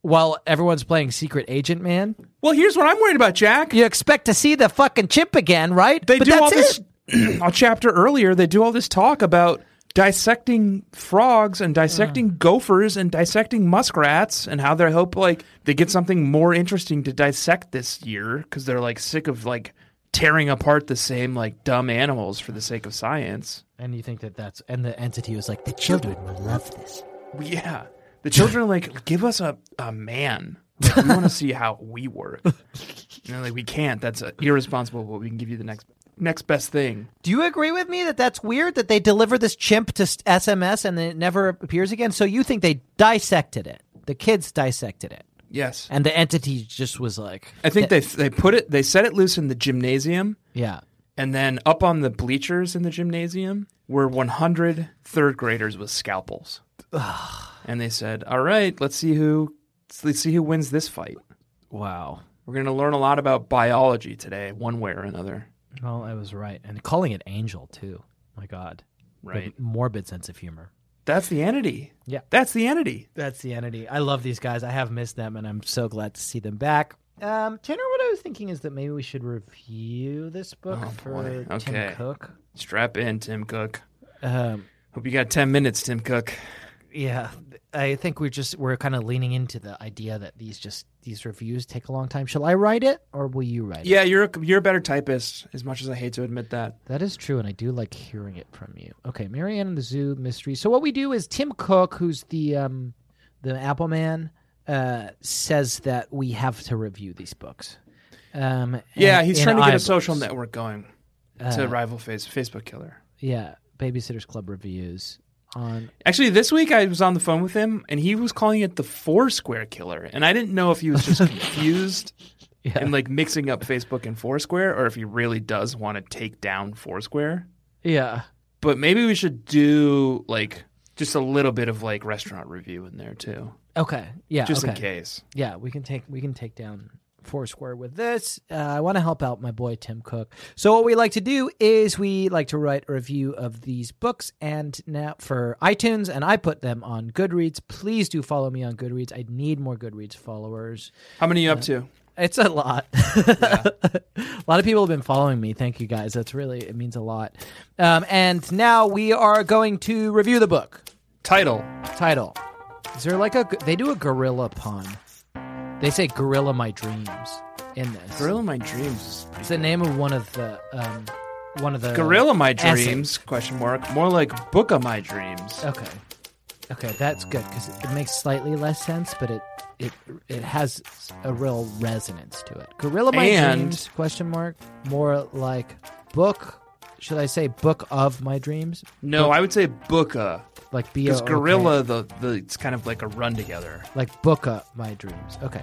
Speaker 5: while everyone's playing Secret Agent Man,
Speaker 4: Well, here's what I'm worried about, Jack.
Speaker 5: you expect to see the fucking chimp again, right?
Speaker 4: They
Speaker 5: but
Speaker 4: do
Speaker 5: that's
Speaker 4: all this
Speaker 5: it.
Speaker 4: a chapter earlier. They do all this talk about dissecting frogs and dissecting gophers and dissecting muskrats and how they hope like they get something more interesting to dissect this year because they're like sick of like tearing apart the same like dumb animals for the sake of science.
Speaker 5: And you think that that's and the entity was like the children will love this.
Speaker 4: Yeah. The children are like, give us a, a man. Like, we want to see how we work. And they're like, we can't. That's uh, irresponsible, but we can give you the next next best thing.
Speaker 5: Do you agree with me that that's weird that they deliver this chimp to s- SMS and then it never appears again? So you think they dissected it? The kids dissected it,
Speaker 4: Yes.
Speaker 5: and the entity just was like,
Speaker 4: I think they they put it they set it loose in the gymnasium
Speaker 5: yeah,
Speaker 4: and then up on the bleachers in the gymnasium were 100 third graders with scalpels. and they said, "All right, let's see who let's see who wins this fight.
Speaker 5: wow.
Speaker 4: We're going to learn a lot about biology today, one way or another."
Speaker 5: Well, I was right, and calling it angel too. My God,
Speaker 4: Right.
Speaker 5: The morbid sense of humor.
Speaker 4: That's the entity.
Speaker 5: Yeah.
Speaker 4: That's the entity.
Speaker 5: That's the entity. I love these guys. I have missed them, and I'm so glad to see them back. Um, Tanner, what I was thinking is that maybe we should review this book for
Speaker 4: Oh, boy. Okay.
Speaker 5: Tim Cook.
Speaker 4: Strap in, Tim Cook.
Speaker 5: Um,
Speaker 4: Hope you got 10 minutes, Tim Cook.
Speaker 5: Yeah, th- I think we're just we're kind of leaning into the idea that these just these reviews take a long time. Shall I write it or will you write it?
Speaker 4: Yeah, you're a, you're a better typist, as much as I hate to admit that.
Speaker 5: That is true, and I do like hearing it from you. Okay, Marianne and the Zoo mystery. So what we do is Tim Cook, who's the um the Apple Man, uh, says that we have to review these books. Um,
Speaker 4: Yeah,
Speaker 5: and-
Speaker 4: he's
Speaker 5: in Uh,
Speaker 4: trying to get a
Speaker 5: iBooks.
Speaker 4: social network going to rival face, Facebook Killer.
Speaker 5: Yeah, Babysitters Club reviews on.
Speaker 4: Actually, this week I was on the phone with him, and he was calling it the Foursquare Killer, and I didn't know if he was just confused
Speaker 5: Yeah.
Speaker 4: and like mixing up Facebook and Foursquare, or if he really does want to take down Foursquare.
Speaker 5: Yeah.
Speaker 4: But maybe we should do like just a little bit of like restaurant review in there too,
Speaker 5: Okay. Yeah.
Speaker 4: just
Speaker 5: okay.
Speaker 4: in case.
Speaker 5: yeah, we can take we can take down Foursquare with this. Uh, I want to help out my boy Tim Cook. So what we like to do is we like to write a review of these books and now for iTunes, and I put them on Goodreads. Please do follow me on Goodreads. I need more Goodreads followers.
Speaker 4: How many are you up to?
Speaker 5: It's a lot. a lot of people have been following me. Thank you guys. That's really it means a lot. Um, and now we are going to review the book
Speaker 4: Title.
Speaker 5: title. Is there like a they do a gorilla pun? They say "gorilla my dreams" in this.
Speaker 4: Gorilla My Dreams is pretty
Speaker 5: It's the name of one of the um, one of the
Speaker 4: Gorilla My
Speaker 5: essays.
Speaker 4: Dreams? Question mark. More like Book of My Dreams.
Speaker 5: Okay, okay, that's good because it, it makes slightly less sense, but it it it has a real resonance to it. Gorilla my
Speaker 4: And-
Speaker 5: dreams? Question mark. More like book. Should I say book of my dreams?
Speaker 4: No, I would say Booka
Speaker 5: Like B O O
Speaker 4: because
Speaker 5: K.
Speaker 4: Gorilla the the it's kind of like a run together.
Speaker 5: like book up my dreams. Okay,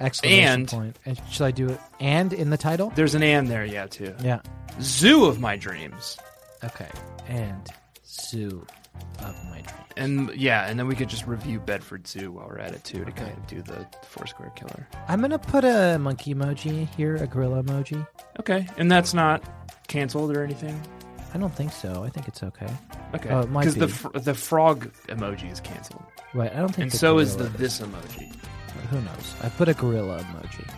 Speaker 5: exclamation
Speaker 4: And-
Speaker 5: point. And should I do it? And in the title?
Speaker 4: There's an and there, yeah, too.
Speaker 5: Yeah.
Speaker 4: Zoo of My Dreams,
Speaker 5: Okay. And zoo of my dreams.
Speaker 4: and yeah, and then we could just review Bedford Zoo while we're at it too to kind of do the Foursquare Killer.
Speaker 5: I'm gonna put a monkey emoji here, a gorilla emoji.
Speaker 4: Okay, and that's not canceled or anything.
Speaker 5: I don't think so. I think it's okay.
Speaker 4: Okay,
Speaker 5: Oh, it might
Speaker 4: because the
Speaker 5: be.
Speaker 4: fr- the frog emoji is canceled.
Speaker 5: Right. I don't think.
Speaker 4: And
Speaker 5: the
Speaker 4: so is the
Speaker 5: gorilla
Speaker 4: this emoji.
Speaker 5: Who knows? I put a gorilla emoji.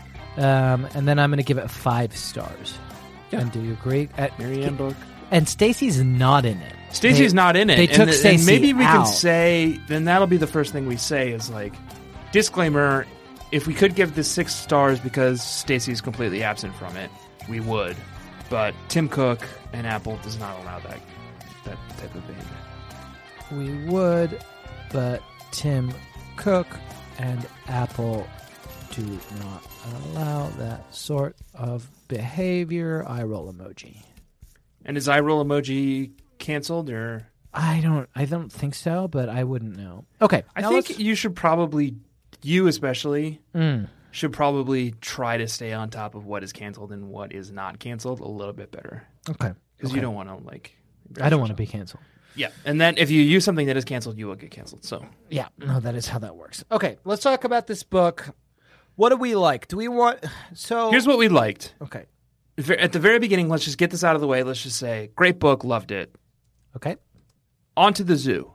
Speaker 5: Um, and then I'm going to give it five stars.
Speaker 4: Yeah.
Speaker 5: And do you agree? At-
Speaker 4: Marianne book.
Speaker 5: and Stacy's not in it.
Speaker 4: Stacy's
Speaker 5: They-
Speaker 4: not in it.
Speaker 5: They
Speaker 4: and
Speaker 5: took
Speaker 4: the- and
Speaker 5: Stacey
Speaker 4: Maybe we can
Speaker 5: out.
Speaker 4: say then that'll be the first thing we say is like disclaimer. If we could give this six stars because Stacy's completely absent from it, we would. But Tim Cook and Apple does not allow that that type of behavior.
Speaker 5: We would, but Tim Cook and Apple do not allow that sort of behavior. I roll emoji.
Speaker 4: And is eye roll emoji canceled or?
Speaker 5: I don't. I don't think so, but I wouldn't know. Okay.
Speaker 4: I
Speaker 5: now
Speaker 4: think
Speaker 5: let's-
Speaker 4: you should probably, you especially,
Speaker 5: Mm.
Speaker 4: should probably try to stay on top of what is canceled and what is not canceled a little bit better
Speaker 5: okay.
Speaker 4: because
Speaker 5: Okay.
Speaker 4: you don't want to like.
Speaker 5: I don't want to be canceled.
Speaker 4: Yeah, and then if you use something that is canceled, you will get canceled. So
Speaker 5: Yeah. No, that is how that works. Okay. Let's talk about this book.
Speaker 6: What do we like? Do we want? So
Speaker 4: here's what we liked
Speaker 6: okay.
Speaker 4: Ver- at the very beginning. Let's just get this out of the way. Let's just say, great book, loved it.
Speaker 5: Okay.
Speaker 4: On to the zoo.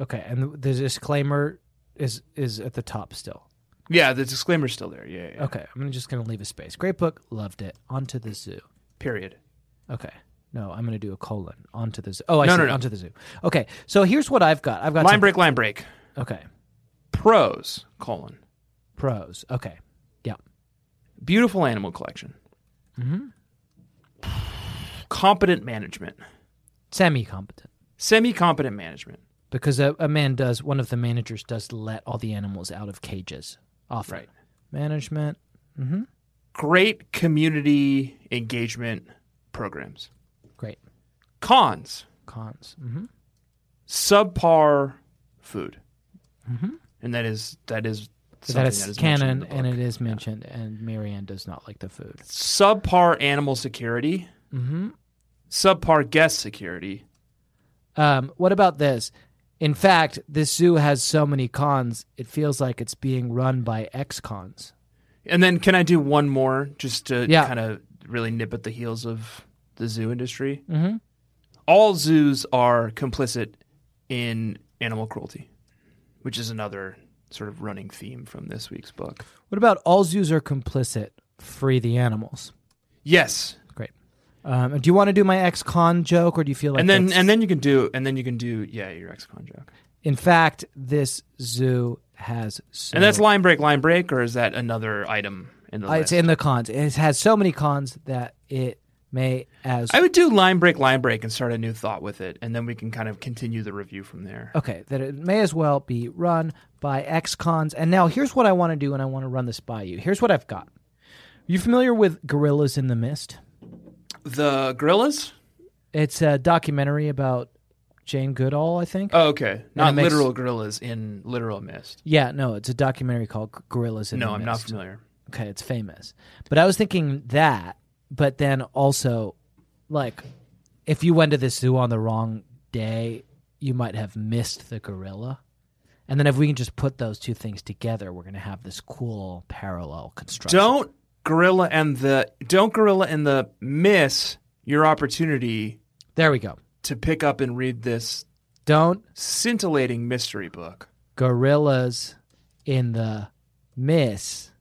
Speaker 5: Okay. And the disclaimer is is at the top still.
Speaker 4: Yeah, the disclaimer's still there. Yeah, yeah, yeah.
Speaker 5: Okay, I'm just gonna leave a space. Great book, loved it. Onto the zoo.
Speaker 4: Period.
Speaker 5: Okay, no, I'm gonna do a colon. Onto the zoo. Oh, I
Speaker 4: No,
Speaker 5: see.
Speaker 4: no, no.
Speaker 5: Onto the zoo. Okay, so here's what I've got. I've got
Speaker 4: Line
Speaker 5: some-
Speaker 4: break. Line break.
Speaker 5: Okay,
Speaker 4: Pros: colon
Speaker 5: pros. Okay, yeah.
Speaker 4: beautiful animal collection. Mm-hmm. Competent management.
Speaker 5: Semi competent
Speaker 4: Semi competent management.
Speaker 5: because a, a man does. One of the managers does let all the animals out of cages. Often.
Speaker 4: Right.
Speaker 5: Management. mm-hmm,
Speaker 4: Great community engagement programs.
Speaker 5: Great.
Speaker 4: Cons.
Speaker 5: Cons. hmm
Speaker 4: subpar food, and that is that is
Speaker 5: So Mm-hmm. that
Speaker 4: something
Speaker 5: is,
Speaker 4: mentioned in
Speaker 5: canon,
Speaker 4: the
Speaker 5: and
Speaker 4: book.
Speaker 5: it is mentioned. And Marianne does not like the food. Mm-hmm.
Speaker 4: subpar animal security, subpar guest security.
Speaker 5: Um, what about this? In fact, this zoo has so many cons, it feels like it's being run by ex cons.
Speaker 4: And then, can I do one more just to
Speaker 5: Yeah.
Speaker 4: kind of really nip at the heels of the zoo industry? Mm-hmm. All zoos are complicit in animal cruelty, which is another sort of running theme from this week's book.
Speaker 5: What about all zoos are complicit? Free the animals.
Speaker 4: Yes,
Speaker 5: Great. Um, and do you want to do my ex con joke, or do you feel like
Speaker 4: and then
Speaker 5: that's-
Speaker 4: and then you can do and then you can do yeah your ex con joke.
Speaker 5: in fact this zoo has so
Speaker 4: And that's line break, line break, or is that another item in the
Speaker 5: Uh, it's
Speaker 4: list?
Speaker 5: in the cons. It has so many cons that it may as
Speaker 4: I would do line break, line break, and start a new thought with it, and then we can kind of continue the review from there.
Speaker 5: Okay, that it may as well be run by ex cons. And now here's what I want to do, and I want to run this by you. Here's what I've got. You familiar with Gorillas in the Mist?
Speaker 4: The gorillas?
Speaker 5: It's a documentary about Jane Goodall, I think.
Speaker 4: Oh, okay. Not
Speaker 5: makes-
Speaker 4: literal gorillas in literal mist.
Speaker 5: yeah, no, it's a documentary called G- Gorillas in
Speaker 4: No,
Speaker 5: the
Speaker 4: I'm
Speaker 5: Mist.
Speaker 4: not familiar.
Speaker 5: Okay, it's famous. But I was thinking that, but then also, like, if you went to the zoo on the wrong day, you might have missed the gorilla. And then if we can just put those two things together, we're going to have this cool parallel construction.
Speaker 4: Don't gorilla and the don't gorilla and the miss your opportunity
Speaker 5: There we go.
Speaker 4: to pick up and read this
Speaker 5: Don't
Speaker 4: scintillating mystery book.
Speaker 5: gorillas in the miss.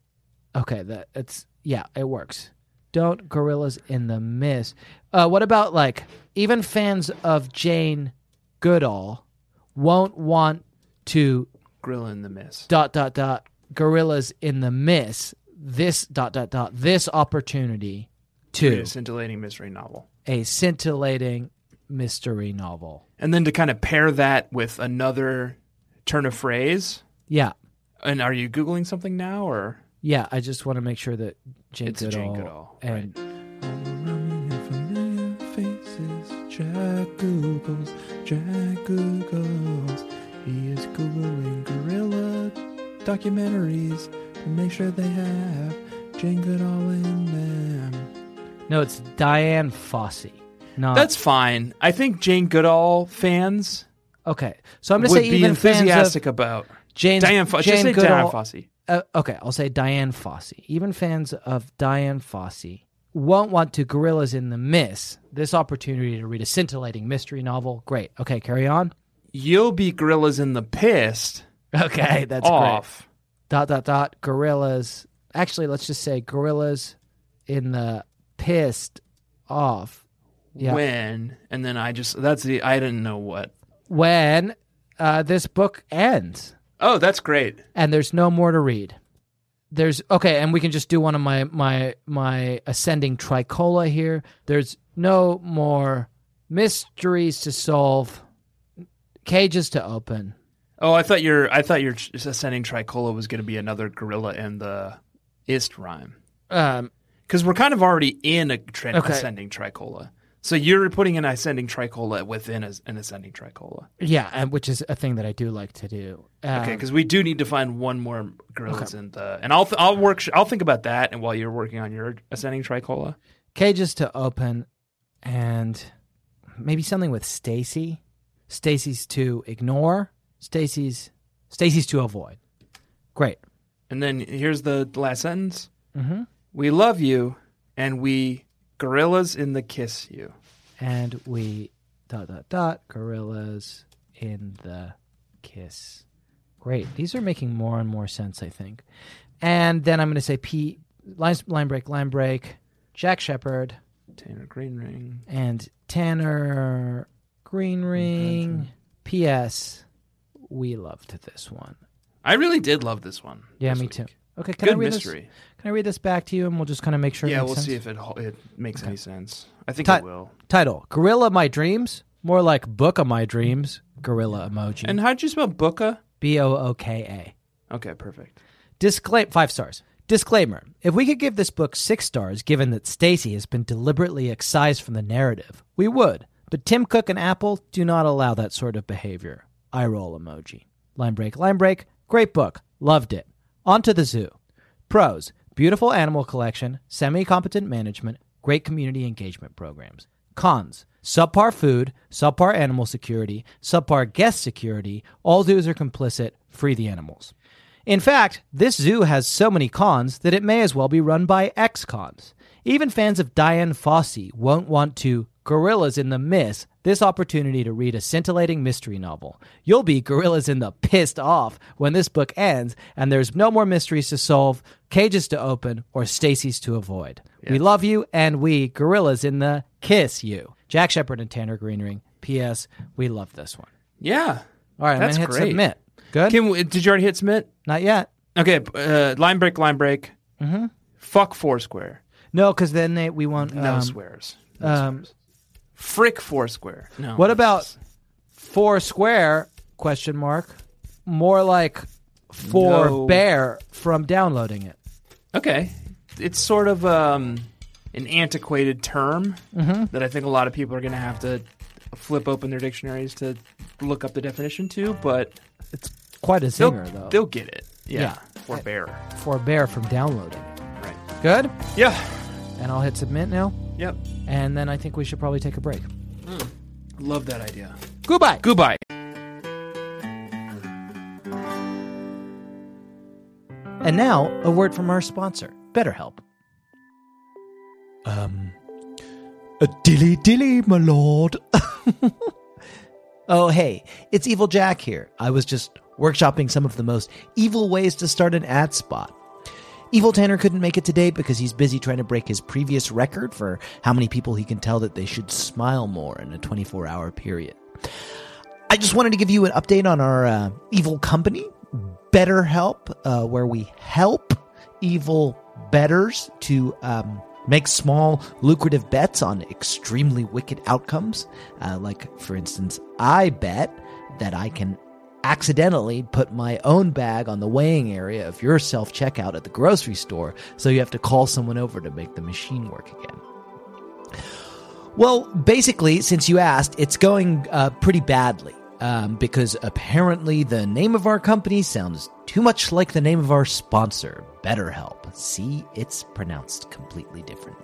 Speaker 5: Okay, that it's yeah, it works. Don't gorillas in the miss. Uh, what about like even fans of Jane Goodall won't want to
Speaker 4: Gorilla in the mist.
Speaker 5: dot dot dot gorillas in the miss this dot dot dot this opportunity
Speaker 4: Read
Speaker 5: to
Speaker 4: a scintillating mystery novel.
Speaker 5: a scintillating mystery novel.
Speaker 4: And then to kind of pair that with another turn of phrase.
Speaker 5: Yeah.
Speaker 4: And are you Googling something now or?
Speaker 5: Yeah, I just want to make sure that Jane
Speaker 4: It's a
Speaker 5: Goodall,
Speaker 4: Jane Goodall, right.
Speaker 5: and
Speaker 2: faces, Jack Googles, Jack Googles. He is Googling gorilla documentaries to make sure they have Jane Goodall in them.
Speaker 5: No, it's Diane Fossey. No,
Speaker 4: That's fine. I think Jane Goodall fans
Speaker 5: okay. So I'm
Speaker 4: would
Speaker 5: gonna say
Speaker 4: be
Speaker 5: even fans of
Speaker 4: enthusiastic about
Speaker 5: Jane
Speaker 4: Diane Fossey.
Speaker 5: Jane
Speaker 4: Just say
Speaker 5: Goodall.
Speaker 4: Diane Fossey.
Speaker 5: Uh, okay, I'll say Diane Fossey. Even fans of Diane Fossey won't want to gorillas in the miss this opportunity to read a scintillating mystery novel. Great. Okay, carry on.
Speaker 4: You'll be gorillas in the pissed
Speaker 5: Okay, that's great.
Speaker 4: off.
Speaker 5: Dot dot dot. Gorillas. Actually, let's just say gorillas in the pissed off Yeah.
Speaker 4: When and then I just that's the I didn't know what.
Speaker 5: when uh, this book ends.
Speaker 4: Oh, that's great.
Speaker 5: and there's no more to read. There's okay, and we can just do one of my my my ascending tricola here. There's no more mysteries to solve, cages to open.
Speaker 4: Oh, I thought your I thought your tr- ascending tricola was going to be another gorilla and the ist rhyme
Speaker 5: Um,
Speaker 4: because we're kind of already in a trend
Speaker 5: Okay.
Speaker 4: ascending tricola. So you're putting an ascending tricola within a, an ascending tricola.
Speaker 5: yeah, and which is a thing that I do like to do. Um,
Speaker 4: Okay, because we do need to find one more gorillas in the and I'll th- I'll work I'll think about that and while you're working on your ascending tricola.
Speaker 5: cages to open, and maybe something with Stacy. Stacy's to ignore. Stacy's Stacy's to avoid. Great.
Speaker 4: And then here's the last sentence.
Speaker 5: hmm
Speaker 4: We love you and we gorillas in the kiss you.
Speaker 5: and we dot dot dot gorillas in the kiss great these are making more and more sense i think and then i'm going to say p line, line break line break jack shepard
Speaker 4: Tanner Green Ring.
Speaker 5: and tanner green ring ps we loved this one
Speaker 4: I really did love this one.
Speaker 5: yeah
Speaker 4: this
Speaker 5: me
Speaker 4: week.
Speaker 5: too okay can
Speaker 4: Good
Speaker 5: i read
Speaker 4: mystery.
Speaker 5: this can i read this back to you and we'll just kind of make sure it
Speaker 4: yeah,
Speaker 5: makes
Speaker 4: we'll
Speaker 5: sense?
Speaker 4: see if it hol- it makes any sense. I think
Speaker 5: Ti-
Speaker 4: it will.
Speaker 5: title gorilla my dreams more like book of my dreams gorilla emoji
Speaker 4: And how'd you spell booka?
Speaker 5: B O O K A.
Speaker 4: Okay, perfect.
Speaker 5: Disclaim five stars. Disclaimer: If we could give this book six stars, given that Stacy has been deliberately excised from the narrative, we would. But Tim Cook and Apple do not allow that sort of behavior. I roll emoji. Line break. Line break. Great book. Loved it. On to the zoo. Pros: Beautiful animal collection, semi-competent management, great community engagement programs. Cons subpar food, subpar animal security, subpar guest security, all zoos are complicit, free the animals. In fact, this zoo has so many cons that it may as well be run by ex cons. Even fans of Diane Fossey won't want to gorillas in the miss this opportunity to read a scintillating mystery novel. You'll be gorillas in the pissed off when this book ends and there's no more mysteries to solve, cages to open, or Stacy's to avoid. We love you and we gorillas in the kiss you. Jack Shepard and Tanner Greenring. P.S. We love this one.
Speaker 4: Yeah.
Speaker 5: All right,
Speaker 4: That's
Speaker 5: I'm gonna hit
Speaker 4: great.
Speaker 5: submit. Good.
Speaker 4: Kim, w- did you already hit submit?
Speaker 5: Not yet.
Speaker 4: Okay, b- uh, line break, line break. Mm-hmm. Fuck Foursquare.
Speaker 5: No, because then they, we won't.
Speaker 4: No
Speaker 5: um,
Speaker 4: swears. No
Speaker 5: um,
Speaker 4: swears. Frick Foursquare. No.
Speaker 5: What about four square question mark? More like four
Speaker 4: No.
Speaker 5: bear from downloading it.
Speaker 4: Okay. It's sort of um, an antiquated term
Speaker 5: Mm-hmm.
Speaker 4: that I think a lot of people are going to have to flip open their dictionaries to look up the definition to, but
Speaker 5: It's quite a
Speaker 4: they'll,
Speaker 5: zinger though.
Speaker 4: they'll get it. Yeah.
Speaker 5: Yeah.
Speaker 4: Or bear.
Speaker 5: Four bear from downloading.
Speaker 4: Right.
Speaker 5: Good.
Speaker 4: Yeah.
Speaker 5: And I'll hit submit now.
Speaker 4: Yep.
Speaker 5: And then I think we should probably take a break.
Speaker 4: Love that idea.
Speaker 5: Goodbye.
Speaker 4: Goodbye.
Speaker 5: And now a word from our sponsor, BetterHelp.
Speaker 2: Um, a dilly dilly, my lord.
Speaker 5: Oh, hey, it's Evil Jack here. I was just workshopping some of the most evil ways to start an ad spot. Evil Tanner couldn't make it today because he's busy trying to break his previous record for how many people he can tell that they should smile more in a 24 hour period. I just wanted to give you an update on our uh, evil company, BetterHelp, uh, where we help evil betters to um, make small, lucrative bets on extremely wicked outcomes. Uh, like, for instance, I bet that I can accidentally put my own bag on the weighing area of your self checkout at the grocery store, so you have to call someone over to make the machine work again. Well, basically, since you asked, it's going uh, pretty badly um, because apparently the name of our company sounds too much like the name of our sponsor, BetterHelp. See, it's pronounced completely differently.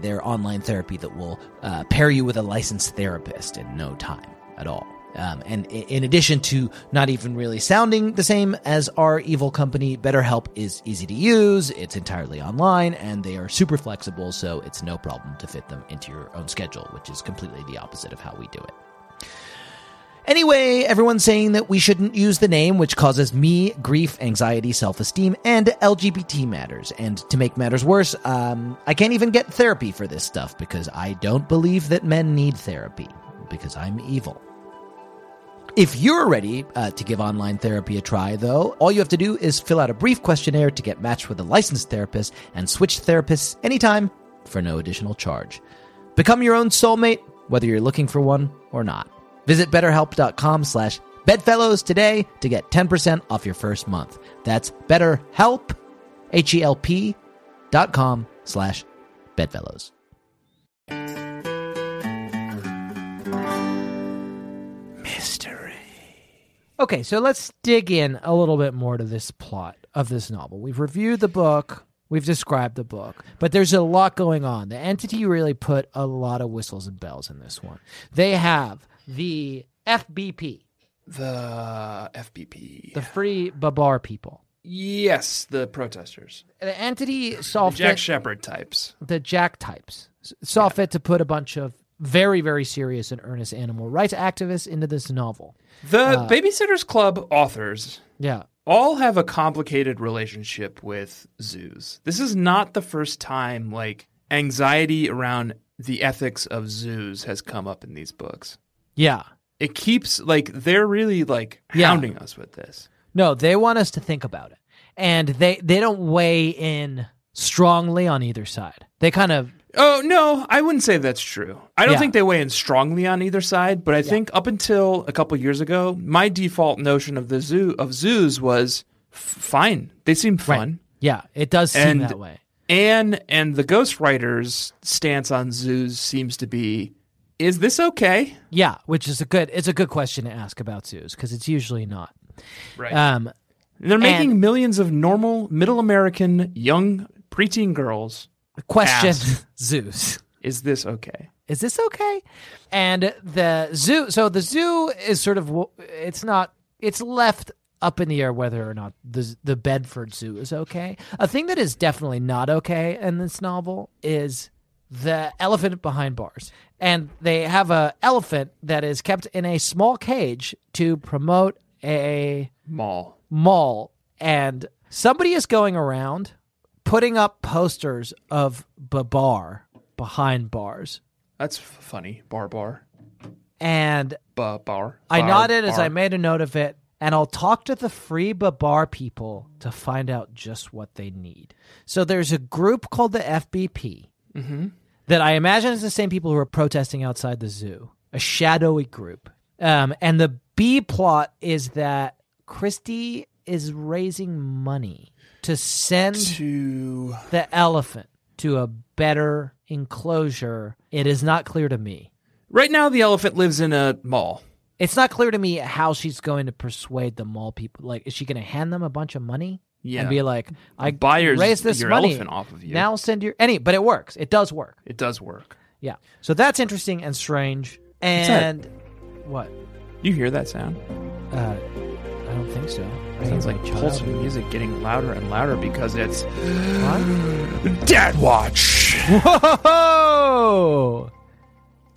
Speaker 5: Their online therapy that will uh, pair you with a licensed therapist in no time at all. Um, and i- in addition to not even really sounding the same as our evil company, BetterHelp is easy to use, it's entirely online, and they are super flexible, so it's no problem to fit them into your own schedule, which is completely the opposite of how we do it.
Speaker 7: Anyway, everyone's saying that we shouldn't use the name, which causes me grief, anxiety, self esteem, and LGBT matters. And to make matters worse, um, I can't even get therapy for this stuff because I don't believe that men need therapy because I'm evil. If you're ready uh, to give online therapy a try, though, all you have to do is fill out a brief questionnaire to get matched with a licensed therapist and switch therapists anytime for no additional charge. Become your own soulmate, whether you're looking for one or not. Visit betterhelp.com slash bedfellows today to get 10% off your first month. That's betterhelp, H-E-L-P dot com slash bedfellows. Okay, so let's dig in a little bit more to this plot of this novel. We've reviewed the book, we've described the book, but there's a lot going on. The entity really put a lot of whistles and bells in this one. They have the FBP,
Speaker 4: The FBP.
Speaker 5: the Free Babar people.
Speaker 4: yes, the protesters.
Speaker 5: The entity saw
Speaker 4: Jack
Speaker 5: fit,
Speaker 4: Shepard types.
Speaker 5: the Jack types s- saw fit to put a bunch of very, very serious and earnest animal rights activists into this novel.
Speaker 4: The
Speaker 5: Uh,
Speaker 4: Babysitters Club authors
Speaker 5: Yeah.
Speaker 4: all have a complicated relationship with zoos. This is not the first time like anxiety around the ethics of zoos has come up in these books.
Speaker 5: Yeah.
Speaker 4: It keeps like they're really like
Speaker 5: Yeah.
Speaker 4: hounding us with this.
Speaker 5: No, they want us to think about it. And they they don't weigh in strongly on either side. They kind of
Speaker 4: Oh no, I wouldn't say that's true. I don't
Speaker 5: Yeah.
Speaker 4: think they weigh in strongly on either side, but I think up until a couple years ago, my default notion of the zoo of zoos was f- fine. They seem fun.
Speaker 5: Yeah, it does seem
Speaker 4: And-
Speaker 5: that way.
Speaker 4: Anne and the Ghost Rider's stance on zoos seems to be is this okay?
Speaker 5: Yeah, which is a good it's a good question to ask about zoos because it's usually not.
Speaker 4: Right.
Speaker 5: Um
Speaker 4: They're making
Speaker 5: and-
Speaker 4: millions of normal middle American young preteen girls.
Speaker 5: question
Speaker 4: Ask.
Speaker 5: zoos.
Speaker 4: Is this okay?
Speaker 5: Is this okay? And the zoo so the zoo is sort of w- it's not it's left up in the air whether or not the the Bedford Zoo is okay. A thing that is definitely not okay in this novel is the elephant behind bars. And they have a elephant that is kept in a small cage to promote a
Speaker 4: Mall.
Speaker 5: mall and somebody is going around putting up posters of Babar behind bars.
Speaker 4: That's f- funny. Bar bar.
Speaker 5: And
Speaker 4: Ba bar.
Speaker 5: I
Speaker 4: Bar,
Speaker 5: nodded as
Speaker 4: bar.
Speaker 5: I made a note of it, and I'll talk to the free Babar people to find out just what they need. So there's a group called the FBP
Speaker 4: Mm-hmm.
Speaker 5: that I imagine is the same people who are protesting outside the zoo, a shadowy group. Um, and the B plot is that Christie is raising money to send
Speaker 4: to
Speaker 5: the elephant to a better enclosure. It is not clear to me.
Speaker 4: Right now the elephant lives in a mall.
Speaker 5: It's not clear to me how she's going to persuade the mall people. Like, is she going to hand them a bunch of money?
Speaker 4: Yeah.
Speaker 5: And be like, I
Speaker 4: Buyers
Speaker 5: raise this
Speaker 4: your
Speaker 5: money
Speaker 4: elephant off of you.
Speaker 5: Now send your any, but it works. It does work.
Speaker 4: It does work.
Speaker 5: Yeah. So that's interesting and strange.
Speaker 4: that?
Speaker 5: And what?
Speaker 4: You hear that sound?
Speaker 5: Uh, I don't think so. I
Speaker 4: Sounds
Speaker 5: hear
Speaker 4: like
Speaker 5: my child.
Speaker 4: pulsing music getting louder and louder because it's
Speaker 5: What?
Speaker 4: Dad Watch.
Speaker 5: Whoa!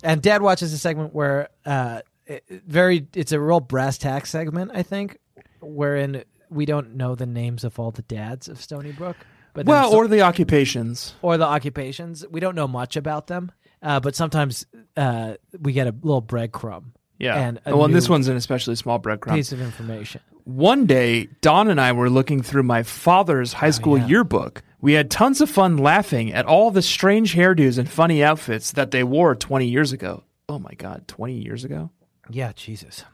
Speaker 5: And Dad Watch is a segment where uh, it, it- very it's a real brass tack segment, I think, wherein we don't know the names of all the dads of Stony Brook, but then
Speaker 4: Well,
Speaker 5: so-
Speaker 4: or the occupations.
Speaker 5: or the occupations. We don't know much about them, uh, but sometimes uh, we get a little breadcrumb
Speaker 4: Yeah.
Speaker 5: And a
Speaker 4: well, and this
Speaker 5: new-
Speaker 4: one's an especially small breadcrumb.
Speaker 5: piece of information.
Speaker 4: One day, Don and I were looking through my father's
Speaker 5: Oh,
Speaker 4: high school yearbook. We had tons of fun laughing at all the strange hairdos and funny outfits that they wore 20 years ago. Oh my God, 20 years ago?
Speaker 5: Yeah, Jesus.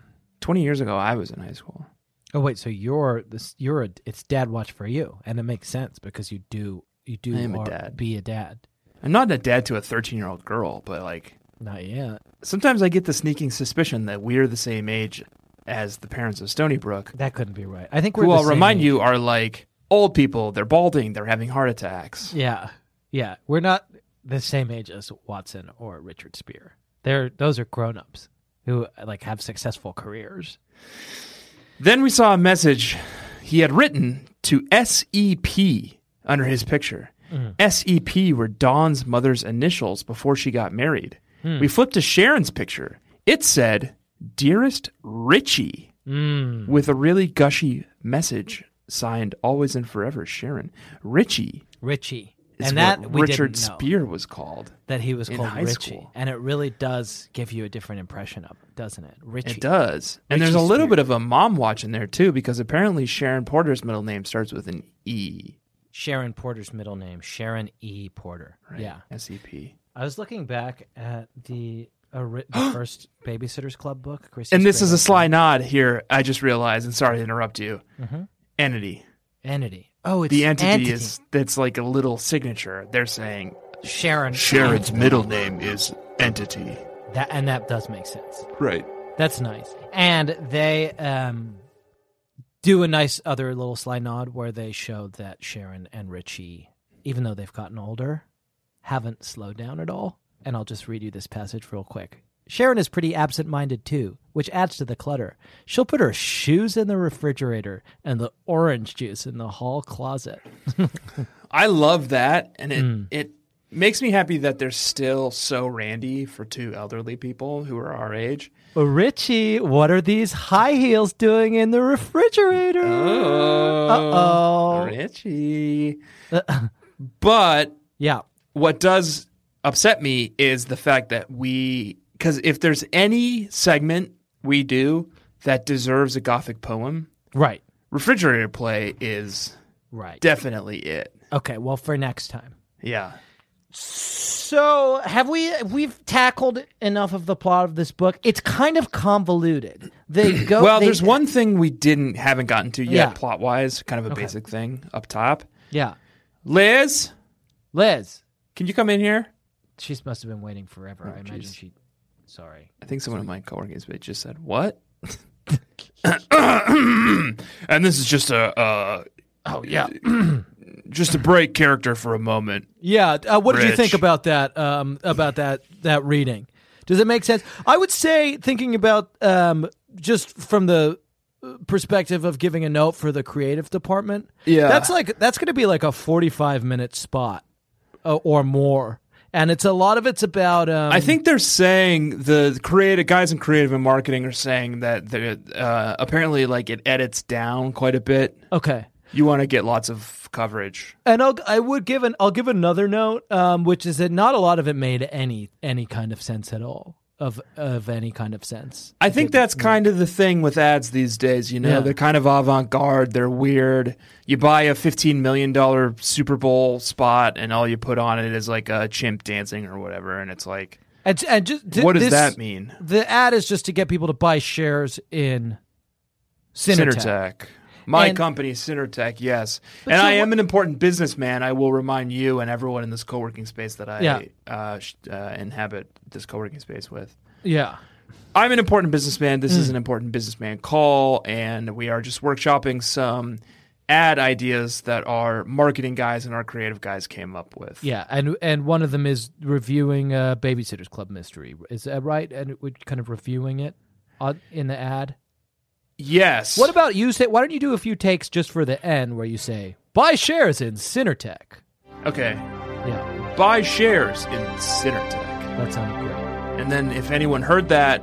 Speaker 4: 20 years ago, I was in high school.
Speaker 5: Oh wait, so you're this you're a, it's Dad Watch for you, and it makes sense because you do you do
Speaker 4: I am a
Speaker 5: are-
Speaker 4: dad.
Speaker 5: be a dad.
Speaker 4: I'm not a dad to a 13 year old girl, but like
Speaker 5: Not yet.
Speaker 4: sometimes I get the sneaking suspicion that we're the same age as the parents of Stony Brook,
Speaker 5: That couldn't be right. I think we're.
Speaker 4: who
Speaker 5: the
Speaker 4: I'll
Speaker 5: same
Speaker 4: remind
Speaker 5: age.
Speaker 4: you are like old people. They're balding, they're having heart attacks.
Speaker 5: Yeah, yeah, we're not the same age as Watson or Richard Spear. They're those are grown ups who like have successful careers.
Speaker 4: Then we saw a message he had written to SEP under his picture.
Speaker 5: Mm-hmm.
Speaker 4: SEP were Dawn's
Speaker 5: Hmm.
Speaker 4: mother's initials before she got married. We flipped to Sharon's picture. It said Dearest Richie,
Speaker 5: Mm. Hmm.
Speaker 4: with a really gushy message signed Always and Forever Sharon. Richie
Speaker 5: Richie.
Speaker 4: is
Speaker 5: and that
Speaker 4: what
Speaker 5: we
Speaker 4: Richard
Speaker 5: didn't know
Speaker 4: Spear was called.
Speaker 5: that he was
Speaker 4: in
Speaker 5: called
Speaker 4: high
Speaker 5: Richie,
Speaker 4: school.
Speaker 5: and it really does give you a different impression of, it, doesn't it? Richie.
Speaker 4: It does. And there's a
Speaker 5: Richie
Speaker 4: little
Speaker 5: Spear.
Speaker 4: bit of a mom watch in there too, because apparently Sharon Porter's middle name starts with an E.
Speaker 5: Sharon Porter's middle name, Sharon E. Porter.
Speaker 4: Right?
Speaker 5: Yeah.
Speaker 4: S E P.
Speaker 5: I was looking back at the, ori- the first Babysitters Club book. Christy
Speaker 4: And this is a
Speaker 5: Spring's
Speaker 4: sly nod here, I just realized, and sorry to interrupt you. Entity.
Speaker 5: entity. Oh, it's
Speaker 4: The entity,
Speaker 5: entity.
Speaker 4: is that's like a little signature. They're saying
Speaker 5: Sharon.
Speaker 4: Sharon's middle name is Entity.
Speaker 5: That and that does make sense.
Speaker 4: Right.
Speaker 5: That's nice. And they um, do a nice other little sly nod where they show that Sharon and Richie, even though they've gotten older, haven't slowed down at all. And I'll just read you this passage real quick. Sharon is pretty absent minded too, which adds to the clutter. She'll put her shoes in the refrigerator and the orange juice in the hall closet.
Speaker 4: I love that, and it it makes me happy that they're still so randy for two elderly people who are our age.
Speaker 5: Richie, what are these high heels doing in the refrigerator?
Speaker 4: Oh.
Speaker 5: Uh-oh.
Speaker 4: Richie. but
Speaker 5: Yeah.
Speaker 4: what does upset me is the fact that we because if there's any segment we do that deserves a gothic poem,
Speaker 5: Right.
Speaker 4: refrigerator play is
Speaker 5: Right.
Speaker 4: definitely it.
Speaker 5: okay. Well, for next time.
Speaker 4: Yeah.
Speaker 5: So have we? We've tackled enough of the plot of this book. It's kind of convoluted. They go.
Speaker 4: Well,
Speaker 5: Oh, they-
Speaker 4: there's one thing we didn't haven't gotten to yet,
Speaker 5: Yeah.
Speaker 4: plot wise, kind of a basic thing up top.
Speaker 5: Yeah,
Speaker 4: Liz,
Speaker 5: Liz.
Speaker 4: can you come in here?
Speaker 5: She must have been waiting forever. I imagine
Speaker 4: jeez.
Speaker 5: she. Sorry.
Speaker 4: I think someone in my coworking space just said, "What?" and this is just a uh, oh yeah, just a break character for a moment.
Speaker 5: Yeah. Uh, what did you think
Speaker 4: Rich.
Speaker 5: about that? Um, about that that reading? Does it make sense? I would say thinking about um, just from the uh, perspective of giving a note for the creative department.
Speaker 4: Yeah.
Speaker 5: that's like that's going to be like a forty-five minute spot uh, or more, and it's a lot of it's about. Um,
Speaker 4: I think they're saying the creative guys in creative and marketing are saying that they're, uh, apparently like it edits down quite a bit.
Speaker 5: okay.
Speaker 4: You want to get lots of coverage.
Speaker 5: And I'll I would give an I'll give another note, um, which is that not a lot of it made any any kind of sense at all of of any kind of sense.
Speaker 4: I think that's kind of the thing with ads these days. You know,
Speaker 5: Yeah.
Speaker 4: they're kind of avant garde. They're weird. You buy a fifteen million dollar Super Bowl spot, and all you put on it is like a chimp dancing or whatever, and it's like,
Speaker 5: And and just th-
Speaker 4: what does
Speaker 5: this-
Speaker 4: that mean?
Speaker 5: The ad is just to get people to buy shares in Synertech.
Speaker 4: Synertech. My
Speaker 5: And-
Speaker 4: company, Synertech, yes. And
Speaker 5: so
Speaker 4: I am
Speaker 5: what-
Speaker 4: an important businessman. I will remind you and everyone in this co working space that I
Speaker 5: Yeah.
Speaker 4: uh, sh- uh, inhabit this co working space with.
Speaker 5: Yeah.
Speaker 4: I'm an important businessman. This
Speaker 5: Mm.
Speaker 4: is an important businessman call, and we are just workshopping some ad ideas that our marketing guys and our creative guys came up with.
Speaker 5: Yeah, and and one of them is reviewing uh, Babysitters Club mystery. Is that right? And it would kind of reviewing it on, in the ad.
Speaker 4: Yes.
Speaker 5: What about you say why don't you do a few takes just for the end where you say buy shares in Synertech?
Speaker 4: okay?
Speaker 5: Yeah,
Speaker 4: Buy shares in Synertech,
Speaker 5: that sounds great.
Speaker 4: and then if anyone heard that,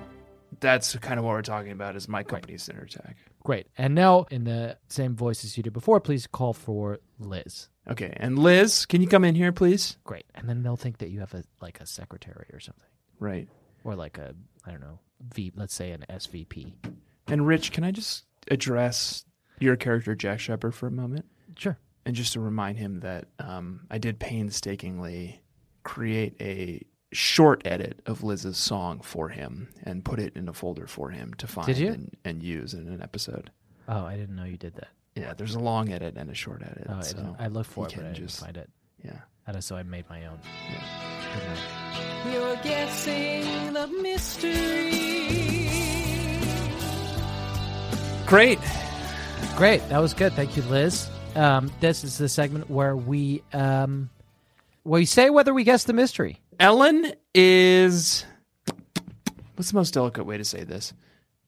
Speaker 4: that's kind of what we're talking about. Is my company Synertech?
Speaker 5: Great. And now, in the same voice as you did before, please call for Liz.
Speaker 4: Okay. And Liz, can you come in here, please?
Speaker 5: Great. And then they'll think that you have a like a secretary or something,
Speaker 4: Right.
Speaker 5: or like a I don't know, V. Let's say an SVP.
Speaker 4: And Rich, can I just address your character Jack Shepard for a moment?
Speaker 5: Sure.
Speaker 4: and just to remind him that um, I did painstakingly create a short edit of Liz's song for him and put it in a folder for him to find
Speaker 5: Did you?
Speaker 4: And, and use in an episode.
Speaker 5: Oh, I didn't know you did that.
Speaker 4: Yeah, there's a long edit and a short edit.
Speaker 5: Oh, I,
Speaker 4: so
Speaker 5: didn't, I looked for
Speaker 4: you
Speaker 5: it, but
Speaker 4: can
Speaker 5: I didn't
Speaker 4: just-
Speaker 5: find it.
Speaker 4: Yeah.
Speaker 5: And so I made my own.
Speaker 8: You're guessing the mystery.
Speaker 4: Great.
Speaker 5: Great. That was good. Thank you, Liz. Um, this is the segment where we um, where we say whether we guess the mystery.
Speaker 4: Ellen is. What's the most delicate way to say this?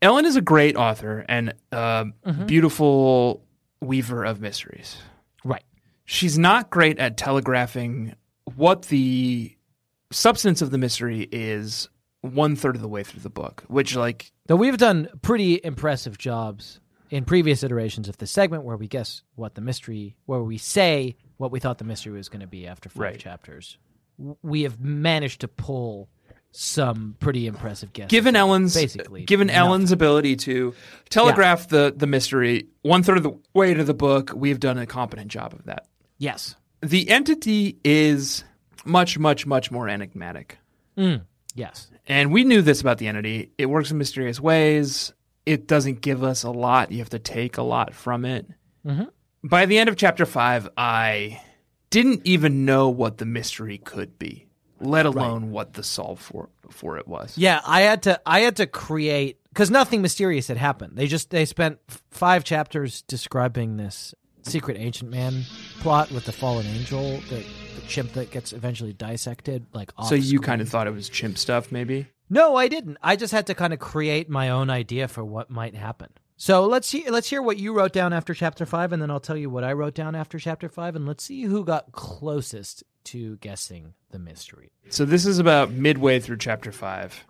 Speaker 4: Ellen is a great author and a
Speaker 8: Mm-hmm.
Speaker 4: beautiful weaver of mysteries.
Speaker 5: Right.
Speaker 4: she's not great at telegraphing what the substance of the mystery is one third of the way through the book, which like
Speaker 5: Though we've done pretty impressive jobs in previous iterations of this segment where we guess what the mystery, where we say what we thought the mystery was going to be after five
Speaker 4: Right.
Speaker 5: chapters. W- We have managed to pull some pretty impressive guesses.
Speaker 4: given
Speaker 5: out of
Speaker 4: Ellen's
Speaker 5: basically
Speaker 4: given
Speaker 5: nothing.
Speaker 4: Ellen's ability to telegraph the the mystery one third of the way to the book, we've done a competent job of that.
Speaker 5: Yes.
Speaker 4: The entity is much, much, much more enigmatic.
Speaker 5: Yes.
Speaker 4: And we knew this about the entity. It works in mysterious ways. It doesn't give us a lot. You have to take a lot from it.
Speaker 5: Mm-hmm.
Speaker 4: By the end of chapter five, I didn't even know what the mystery could be, let alone what the solve for for it was.
Speaker 5: Yeah, I had to I had to create cuz nothing mysterious had happened. They just they spent f- 5 chapters describing this secret ancient man plot with the fallen angel, the, the chimp that gets eventually dissected like off
Speaker 4: So you
Speaker 5: screen.
Speaker 4: kind of thought it was chimp stuff, maybe?
Speaker 5: No, I didn't. I just had to kind of create my own idea for what might happen. So let's see, let's hear what you wrote down after chapter five, and then I'll tell you what I wrote down after chapter five, and let's see who got closest to guessing the mystery.
Speaker 4: So this is about midway through chapter five,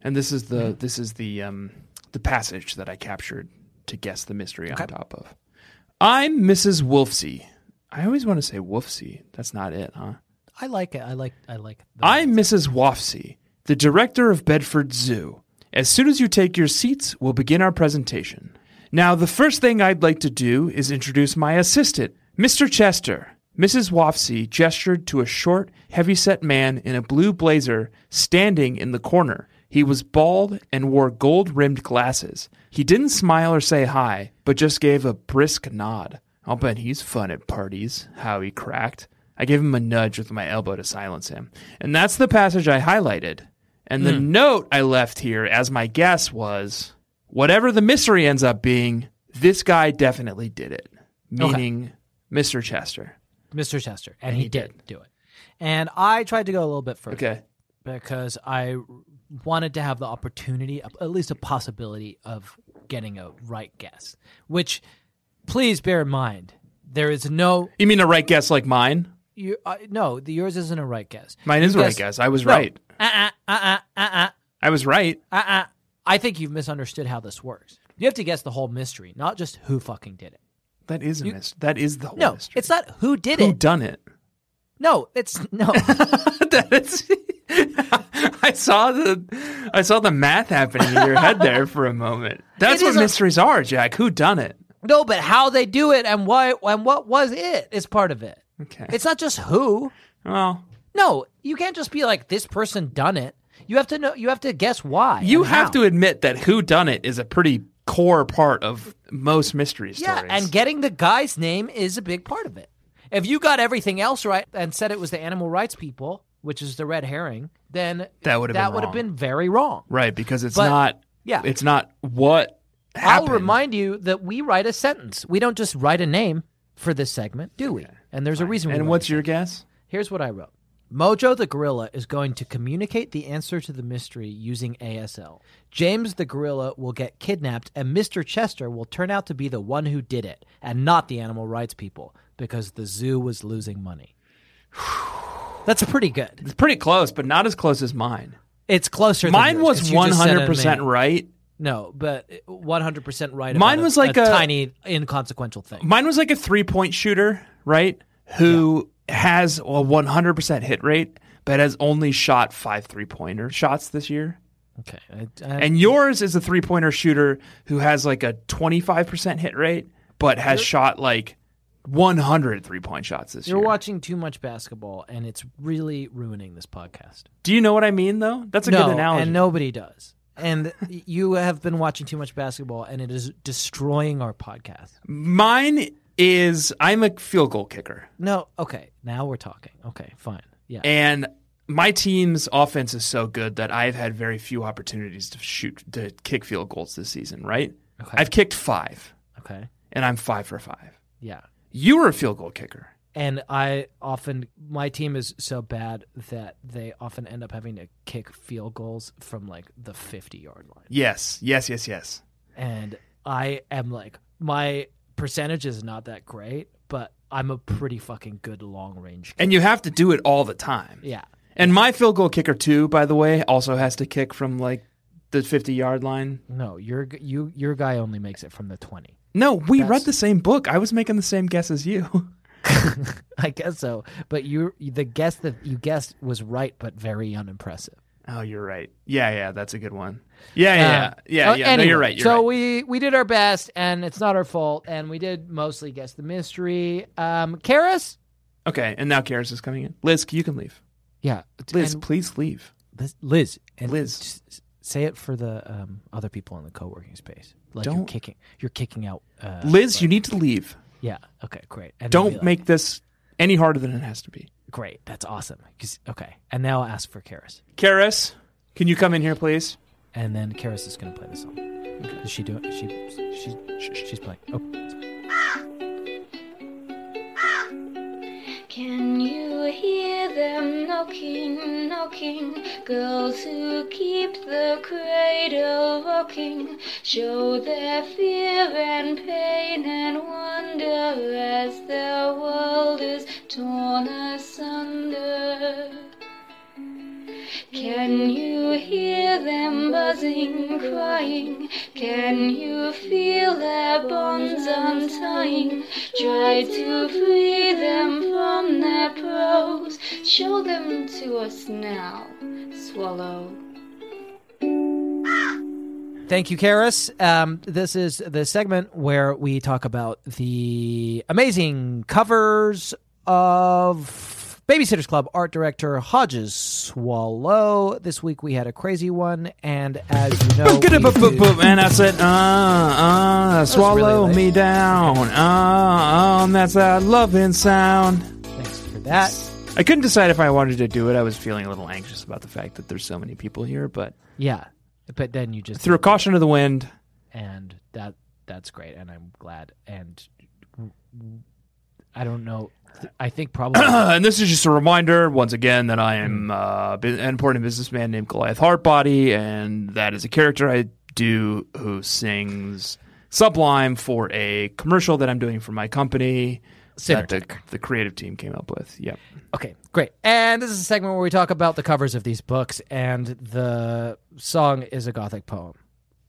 Speaker 4: and this is the this is the um, the passage that I captured to guess the mystery on top of. I'm Mrs. Wolfsey. I always want to say Wolfsey. That's not it, huh?
Speaker 5: I like it. I like. I like. the-
Speaker 4: I'm Mrs. Wolfsey, the director of Bedford Zoo. As soon as you take your seats, we'll begin our presentation. Now, the first thing I'd like to do is introduce my assistant, Mr. Chester. Mrs. Wolfsey gestured to a short, heavy-set man in a blue blazer standing in the corner. He was bald and wore gold-rimmed glasses. He didn't smile or say hi, but just gave a brisk nod. I'll bet he's fun at parties, how he cracked. I gave him a nudge with my elbow to silence him. And that's the passage I highlighted. And the note I left here as my guess was whatever the mystery ends up being, this guy definitely did it. Meaning Mr. Chester.
Speaker 5: Mr. Chester, and, he, did, do it. And I tried to go a little bit further
Speaker 4: Okay.
Speaker 5: because I wanted to have the opportunity, at least a possibility, of getting a right guess. Which, please bear in mind, there is no
Speaker 4: You mean a right guess like mine?
Speaker 5: You uh, no, the yours isn't a right guess.
Speaker 4: Mine is a
Speaker 5: You
Speaker 4: right guess. I was right.
Speaker 5: Uh uh uh uh uh
Speaker 4: I was right.
Speaker 5: uh uh. I think you've misunderstood how this works. You have to guess the whole mystery, not just who fucking did it.
Speaker 4: That is a mystery. That is the whole
Speaker 5: No,
Speaker 4: mystery.
Speaker 5: it's not who did
Speaker 4: Who
Speaker 5: it.
Speaker 4: done it?
Speaker 5: no, it's no.
Speaker 4: that is. I saw the, I saw the math happening in your head there for a moment. That's
Speaker 5: It
Speaker 4: what
Speaker 5: is a-
Speaker 4: mysteries are, Jack. Who done it?
Speaker 5: no, but how they do it and why and what was it is part of it.
Speaker 4: Okay.
Speaker 5: It's not just who.
Speaker 4: well,
Speaker 5: No, you can't just be like this person done it. You have to know. You have to guess why.
Speaker 4: you
Speaker 5: and
Speaker 4: have
Speaker 5: how.
Speaker 4: to admit that who done it is a pretty core part of most mystery
Speaker 5: Yeah,
Speaker 4: stories.
Speaker 5: and getting the guy's name is a big part of it. If you got everything else right and said it was the animal rights people, which is the red herring, then
Speaker 4: That would've
Speaker 5: that
Speaker 4: been
Speaker 5: would
Speaker 4: wrong.
Speaker 5: have been very wrong.
Speaker 4: right because it's
Speaker 5: But-
Speaker 4: not.
Speaker 5: yeah.
Speaker 4: it's not what. Happened.
Speaker 5: I'll remind you that we write a sentence. We don't just write a name for this segment, do we? And there's a reason. we
Speaker 4: And
Speaker 5: write
Speaker 4: what's
Speaker 5: it.
Speaker 4: your guess?
Speaker 5: Here's what I wrote. Mojo the gorilla is going to communicate the answer to the mystery using ASL. James the gorilla will get kidnapped, and Mr. Chester will turn out to be the one who did it, and not the animal rights people, because the zoo was losing money. That's pretty good.
Speaker 4: It's pretty close, but not as close as mine.
Speaker 5: It's closer. than
Speaker 4: Mine
Speaker 5: yours,
Speaker 4: was
Speaker 5: 'cause you
Speaker 4: one
Speaker 5: just said a
Speaker 4: hundred percent
Speaker 5: name.
Speaker 4: right.
Speaker 5: No, but one hundred percent right.
Speaker 4: Mine
Speaker 5: about a-
Speaker 4: was like a-
Speaker 5: tiny, inconsequential thing.
Speaker 4: Mine was like a three point shooter, right? Who has a 100% hit rate, but has only shot five three pointer shots this year.
Speaker 5: Okay, I, I,
Speaker 4: And yours is a three pointer shooter who has like a 25% hit rate, but has shot like 100 three point shots this
Speaker 5: you're
Speaker 4: year.
Speaker 5: watching too much basketball, and it's really ruining this podcast.
Speaker 4: Do you know what I mean, though? That's a
Speaker 5: no,
Speaker 4: good analogy.
Speaker 5: And nobody does. And you have been watching too much basketball, and it is destroying our podcast.
Speaker 4: Mine is I'm a field goal kicker.
Speaker 5: No, okay, now we're talking. Okay, fine. Yeah.
Speaker 4: And my team's offense is so good that I've had very few opportunities to shoot to kick field goals this season, right?
Speaker 5: Okay.
Speaker 4: I've kicked 5
Speaker 5: okay.
Speaker 4: and I'm 5 for 5.
Speaker 5: Yeah.
Speaker 4: You were a field goal kicker.
Speaker 5: And I often, my team is so bad that they often end up having to kick field goals from like the 50 yard line.
Speaker 4: Yes, yes, yes, yes.
Speaker 5: And I am like, my percentage is not that great, but I'm a pretty fucking good long range.
Speaker 4: And you have to do it all the time.
Speaker 5: Yeah.
Speaker 4: And my field goal kicker too, by the way, also has to kick from like the 50 yard line.
Speaker 5: No, your g- you your guy only makes it from the twenty.
Speaker 4: No, we
Speaker 5: That's-
Speaker 4: read the same book. I was making the same guess as you.
Speaker 5: I guess so. But you the guess that you guessed was right, but very unimpressive.
Speaker 4: Oh, you're right. Yeah, yeah, that's a good one. Yeah, yeah,
Speaker 5: Uh,
Speaker 4: yeah, yeah.
Speaker 5: oh,
Speaker 4: yeah. no,
Speaker 5: anyway,
Speaker 4: you're right. You're
Speaker 5: so
Speaker 4: right.
Speaker 5: we we did our best, and it's not our fault. And we did mostly guess the mystery. Um, Karis,
Speaker 4: Okay, and now Karis is coming in. Liz, you can leave.
Speaker 5: yeah,
Speaker 4: Liz,
Speaker 5: and-
Speaker 4: please leave.
Speaker 5: Liz, Liz, and
Speaker 4: Liz.
Speaker 5: s- say it for the um, other people in the co-working space. Like you're
Speaker 4: Don't-
Speaker 5: kicking, you're kicking out. Uh,
Speaker 4: Liz, you need to leave.
Speaker 5: yeah, okay, great. And then be
Speaker 4: Don't
Speaker 5: like,
Speaker 4: make this any harder than it has to be.
Speaker 5: great. That's awesome. 'Cause- Okay, and now I'll ask for Karis,
Speaker 4: Karis, can you come in here, please?
Speaker 5: and then Karis is gonna play the song. Is she doing? She she's she's playing. Oh,
Speaker 9: Can you hear them knocking, knocking? Girls who keep the cradle rocking show their fear and pain and wonder as their world is torn asunder. Can you hear them buzzing, crying? Can you feel their bonds untying? Try to free them from their prose. Show them to us now, swallow.
Speaker 5: Thank you, Karis. Um, this is the segment where we talk about the amazing covers of Babysitters Club art director Hodges Swallow. This week we had a crazy one, and as you know,
Speaker 4: Get up,
Speaker 5: we
Speaker 4: up, up,
Speaker 5: do-
Speaker 4: up, and I said, uh, uh, swallow
Speaker 5: really late.
Speaker 4: me down. Uh, um, that's that loving sound.
Speaker 5: thanks for that.
Speaker 4: I couldn't decide if I wanted to do it. I was feeling a little anxious about the fact that there's so many people here, but
Speaker 5: Yeah, but then you just
Speaker 4: threw a caution to the wind.
Speaker 5: and that that's great, and I'm glad. And I don't know. I think probably
Speaker 4: and this is just a reminder once again that I am uh, bu- an important businessman named Goliath Hardbody, and that is a character I do who sings Sublime for a commercial that I'm doing for my company that the, the creative team came up with. Yep.
Speaker 5: Okay, great. And this is a segment where we talk about the covers of these books, and the song is a gothic poem.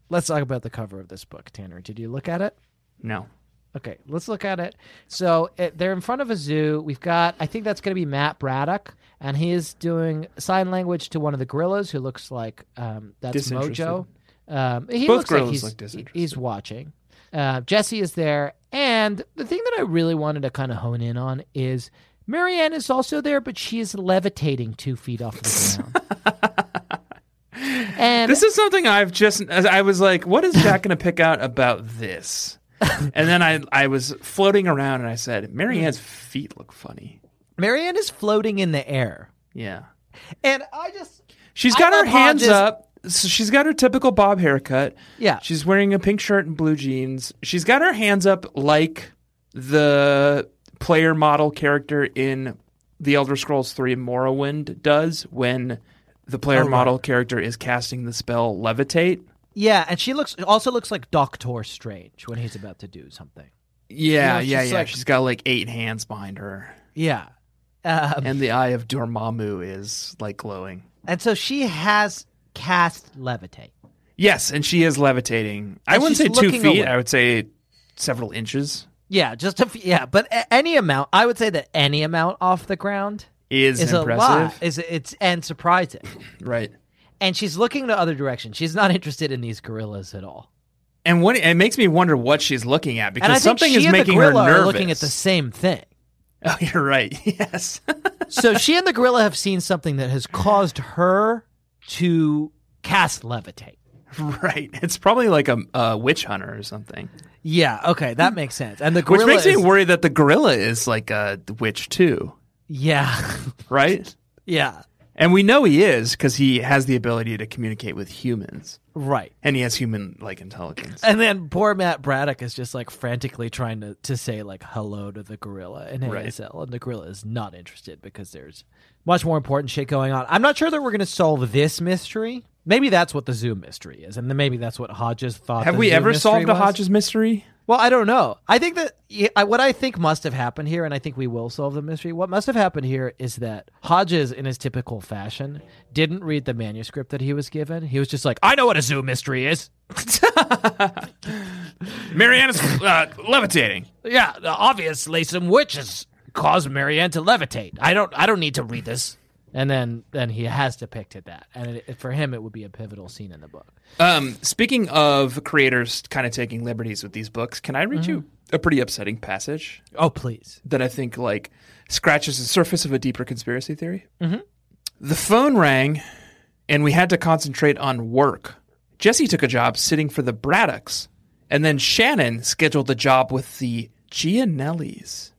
Speaker 5: Let's talk about the cover of this book, Tanner. Did you look at it?
Speaker 4: No.
Speaker 5: Okay, let's look at it. So it, they're in front of a zoo. We've got, I think that's going to be Matt Braddock, and he is doing sign language to one of the gorillas who looks like um, that's
Speaker 4: Disinterested.
Speaker 5: Mojo. Um, he
Speaker 4: Both
Speaker 5: looks like
Speaker 4: gorillas
Speaker 5: he's,
Speaker 4: look disinterested.
Speaker 5: he's watching. Uh, Jesse is there. And the thing that I really wanted to kind of hone in on is Marianne is also there, but she is levitating two feet off the ground. and
Speaker 4: This is something I've just, as I was like, what is Jack going to pick out about this? and then I, I was floating around and I said,
Speaker 5: Hmm.
Speaker 4: Marianne's feet look funny.
Speaker 5: Marianne is floating in the air.
Speaker 4: Yeah.
Speaker 5: And I just,
Speaker 4: She's
Speaker 5: I
Speaker 4: got her
Speaker 5: love
Speaker 4: hands
Speaker 5: Hodges.
Speaker 4: up. So she's got her typical bob haircut.
Speaker 5: yeah.
Speaker 4: She's wearing a pink shirt and blue jeans. She's got her hands up like the player model character in The Elder Scrolls 3 Morrowind does when the
Speaker 5: Oh,
Speaker 4: player model character is casting the spell levitate.
Speaker 5: Yeah, and she looks also looks like Doctor Strange when he's about to do something.
Speaker 6: Yeah,
Speaker 4: Yeah, yeah,
Speaker 6: she's
Speaker 4: yeah.
Speaker 6: like-
Speaker 4: she's got like eight hands behind her.
Speaker 5: Yeah. Um,
Speaker 4: And the eye of Dormammu is like glowing.
Speaker 5: and so she has cast levitate.
Speaker 4: Yes, and she is levitating. I
Speaker 5: And
Speaker 4: wouldn't say
Speaker 5: she's
Speaker 4: two
Speaker 5: looking
Speaker 4: feet.
Speaker 5: away.
Speaker 4: I would say several inches
Speaker 5: Yeah, just a f- yeah, but a- any amount, I would say that any amount off the ground
Speaker 4: is,
Speaker 5: is
Speaker 4: impressive.
Speaker 5: a lot. Is it's and surprising.
Speaker 4: Right.
Speaker 5: and she's looking the other direction. She's not interested in these gorillas at all.
Speaker 4: And what it makes me wonder what she's looking at because
Speaker 5: and I think
Speaker 4: something
Speaker 5: she
Speaker 4: is
Speaker 5: and
Speaker 4: making
Speaker 5: the
Speaker 4: her
Speaker 5: gorilla
Speaker 4: nervous.
Speaker 5: are looking at the same thing.
Speaker 4: oh, you're right. Yes.
Speaker 5: So she and the gorilla have seen something that has caused her to cast levitate.
Speaker 4: right. It's probably like a, a witch hunter or something,
Speaker 5: Yeah, okay, that makes sense. And the
Speaker 4: Hmm. which
Speaker 5: gorilla
Speaker 4: makes
Speaker 5: is-
Speaker 4: me worry that the gorilla is like a witch too,
Speaker 5: Yeah.
Speaker 4: right?
Speaker 5: yeah.
Speaker 4: And we know he is because he has the ability to communicate with humans,
Speaker 5: Right.
Speaker 4: and he has human like intelligence.
Speaker 5: And then poor Matt Braddock is just like frantically trying to, to say like hello to the gorilla in
Speaker 4: Right.
Speaker 5: ASL, and the gorilla is not interested because there's much more important shit going on. I'm not sure that we're going to solve this mystery. Maybe that's what the zoo mystery is, and then maybe that's what Hodges thought.
Speaker 4: Have
Speaker 5: the
Speaker 4: we
Speaker 5: zoo
Speaker 4: ever
Speaker 5: mystery
Speaker 4: solved a
Speaker 5: was.
Speaker 4: Hodges mystery?
Speaker 5: Well, I don't know. I think that yeah, I- what I think must have happened here, and I think we will solve the mystery. What must have happened here is that Hodges, in his typical fashion, didn't read the manuscript that he was given. He was just like, "I know what a zoo mystery is."
Speaker 4: Mariana's uh, levitating.
Speaker 5: Yeah, obviously, some witches caused Marianne to levitate. I don't. I don't need to read this. And then, then he has depicted that, and it, for him, it would be a pivotal scene in the book.
Speaker 4: Um, speaking of creators kind of taking liberties with these books, can I read you a pretty upsetting passage
Speaker 5: Oh, please.
Speaker 4: that I think like scratches the surface of a deeper conspiracy theory? Mm-hmm. The phone rang, and we had to concentrate on work. Jesse took a job sitting for the Braddocks, and then Shannon scheduled a job with the Gianellis.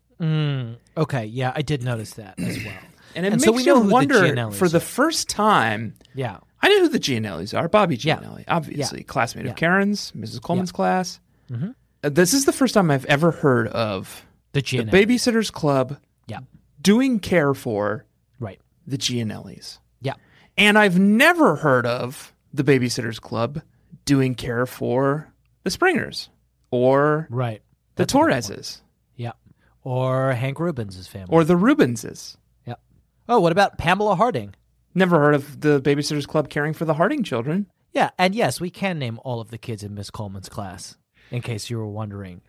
Speaker 5: Okay, yeah, I did notice that as well.
Speaker 4: And it
Speaker 5: And
Speaker 4: makes
Speaker 5: so we know
Speaker 4: you
Speaker 5: who the
Speaker 4: wonder
Speaker 5: Gianellis
Speaker 4: for the
Speaker 5: are.
Speaker 4: first time.
Speaker 5: Yeah,
Speaker 4: I know who the Gianellis are. Bobby
Speaker 5: Yeah.
Speaker 4: Gianelli, obviously, classmate
Speaker 5: Yeah. Mm-hmm.
Speaker 4: of Karen's, Mrs. Coleman's class. Uh, This is the first time I've ever heard of
Speaker 5: the Gianelli.
Speaker 4: the Babysitters Club
Speaker 5: Yeah,
Speaker 4: doing care for
Speaker 5: right.
Speaker 4: the Gianellis.
Speaker 5: Yeah,
Speaker 4: And I've never heard of the Babysitters Club doing care for the Springers or
Speaker 5: right.
Speaker 4: the
Speaker 5: That's a good point.
Speaker 4: Torreses
Speaker 5: Yeah. Or Hank Rubens' family.
Speaker 4: or the Rubenses.
Speaker 5: yeah. Oh, what about Pamela Harding?
Speaker 4: Never heard of the Babysitters Club caring for the Harding children.
Speaker 5: Yeah, and yes, we can name all of the kids in Miss Coleman's class, in case you were wondering.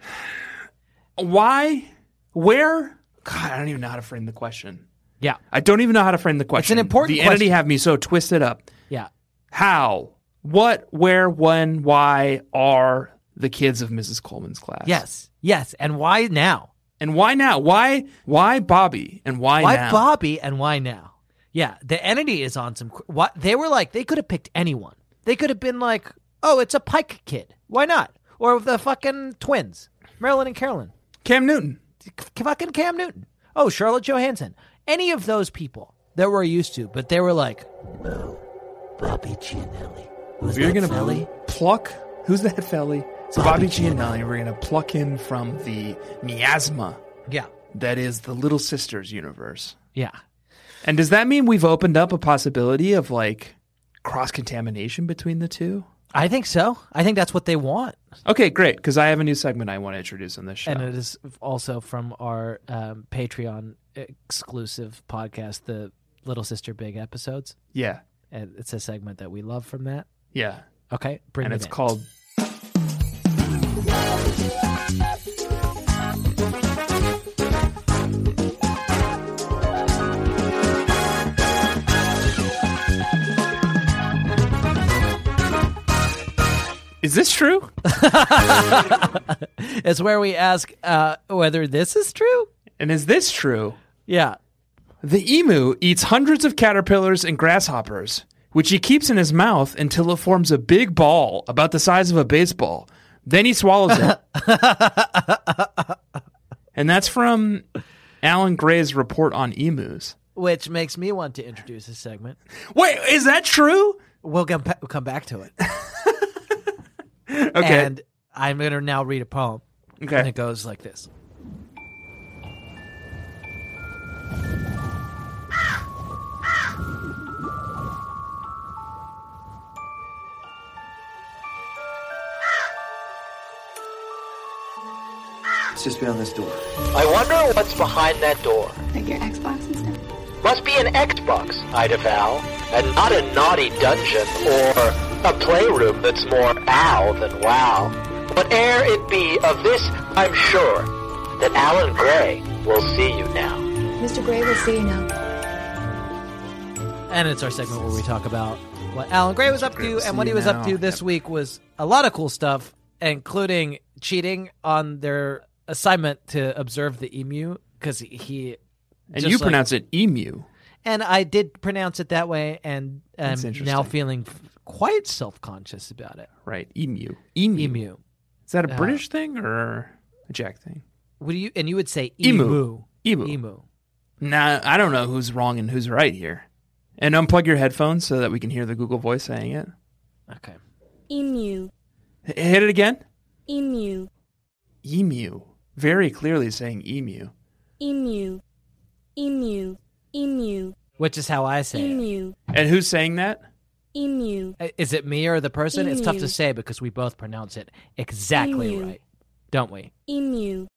Speaker 4: Why? Where? God, I don't even know how to frame the question.
Speaker 5: Yeah.
Speaker 4: I don't even know how to frame the question.
Speaker 5: important
Speaker 4: The entity
Speaker 5: question.
Speaker 4: have me so twisted up.
Speaker 5: Yeah.
Speaker 4: How? What? Where? When? Why are the kids of Mrs. Coleman's class?
Speaker 5: Yes. Yes. And why now?
Speaker 4: And why now? Why? Why Bobby? And why?
Speaker 5: Why
Speaker 4: now?
Speaker 5: Bobby and why now? Yeah, the entity is on some. cr- What they were like, they could have picked anyone. They could have been like, oh, it's a Pike kid. Why not? Or the fucking twins, Marilyn and Carolyn.
Speaker 4: Cam Newton.
Speaker 5: C- fucking Cam Newton. Oh, Charlotte Johansson. Any of those people that we're used to, but they were like,
Speaker 4: We're gonna pluck. Who's that felly? So Bobby, Gianelli. We're gonna pluck him from the miasma
Speaker 5: yeah,
Speaker 4: that is the Little Sisters universe.
Speaker 5: yeah.
Speaker 4: And does that mean we've opened up a possibility of like cross contamination between the two?
Speaker 5: I think so. I think that's what they want.
Speaker 4: Okay, great. Because I have a new segment I want to introduce on this show.
Speaker 5: And it is also from our um, Patreon exclusive podcast, the Little Sister Big episodes.
Speaker 4: yeah,
Speaker 5: And it's a segment that we love from that.
Speaker 4: yeah.
Speaker 5: Okay, bring
Speaker 4: And
Speaker 5: it
Speaker 4: it's
Speaker 5: in.
Speaker 4: called. Is this true?
Speaker 5: It's where we ask uh, whether this is true.
Speaker 4: And is this true?
Speaker 5: Yeah,
Speaker 4: The emu eats hundreds of caterpillars and grasshoppers, which he keeps in his mouth until it forms a big ball about the size of a baseball. Then he swallows it. and that's from Alan Gray's report on emus.
Speaker 5: which makes me want to introduce a segment.
Speaker 4: Wait, is that true?
Speaker 5: We'll come, pa- we'll come back to it.
Speaker 4: Okay.
Speaker 5: And I'm going to now read a poem. And
Speaker 4: okay.
Speaker 5: it goes like this.
Speaker 10: I wonder what's behind that door.
Speaker 11: Like your Xbox and stuff?
Speaker 10: Must be an Xbox, I avow, and not a naughty dungeon or a playroom that's more ow than wow. Whate'er it be, of this I'm sure that Alan Gray will see you now.
Speaker 11: Mr. Gray will see you now.
Speaker 5: And it's our segment where we talk about what Alan Gray was up to, and what he was up to
Speaker 4: now.
Speaker 5: this week was a lot of cool stuff, including cheating on their assignment to observe the emu because he.
Speaker 4: And
Speaker 5: just
Speaker 4: you
Speaker 5: like-
Speaker 4: pronounce it emu.
Speaker 5: and I did pronounce it that way, and I'm
Speaker 4: That's interesting.
Speaker 5: now feeling f- quite self conscious about it.
Speaker 4: Right. Emu. Emu.
Speaker 5: Emu. Uh-huh.
Speaker 4: Is that a British thing or a Jack thing?
Speaker 5: Would you and you would say
Speaker 4: Emu.
Speaker 5: emu
Speaker 4: Emu.
Speaker 5: emu.
Speaker 4: Nah, I don't know who's wrong and who's right here. And unplug your headphones so that we can hear the Google voice saying it.
Speaker 5: Okay.
Speaker 11: Emu.
Speaker 4: H- hit it again.
Speaker 11: Emu.
Speaker 4: Emu. Very clearly saying emu.
Speaker 11: Emu. Emu. Emu.
Speaker 5: Which is how I say it.
Speaker 11: Emu.
Speaker 4: And who's saying that?
Speaker 11: Emu.
Speaker 5: I- Is Uh, it me or the person? It's tough to
Speaker 11: Emu.
Speaker 5: say because we both pronounce it exactly
Speaker 11: Emu.
Speaker 5: right. don't we?
Speaker 11: emu,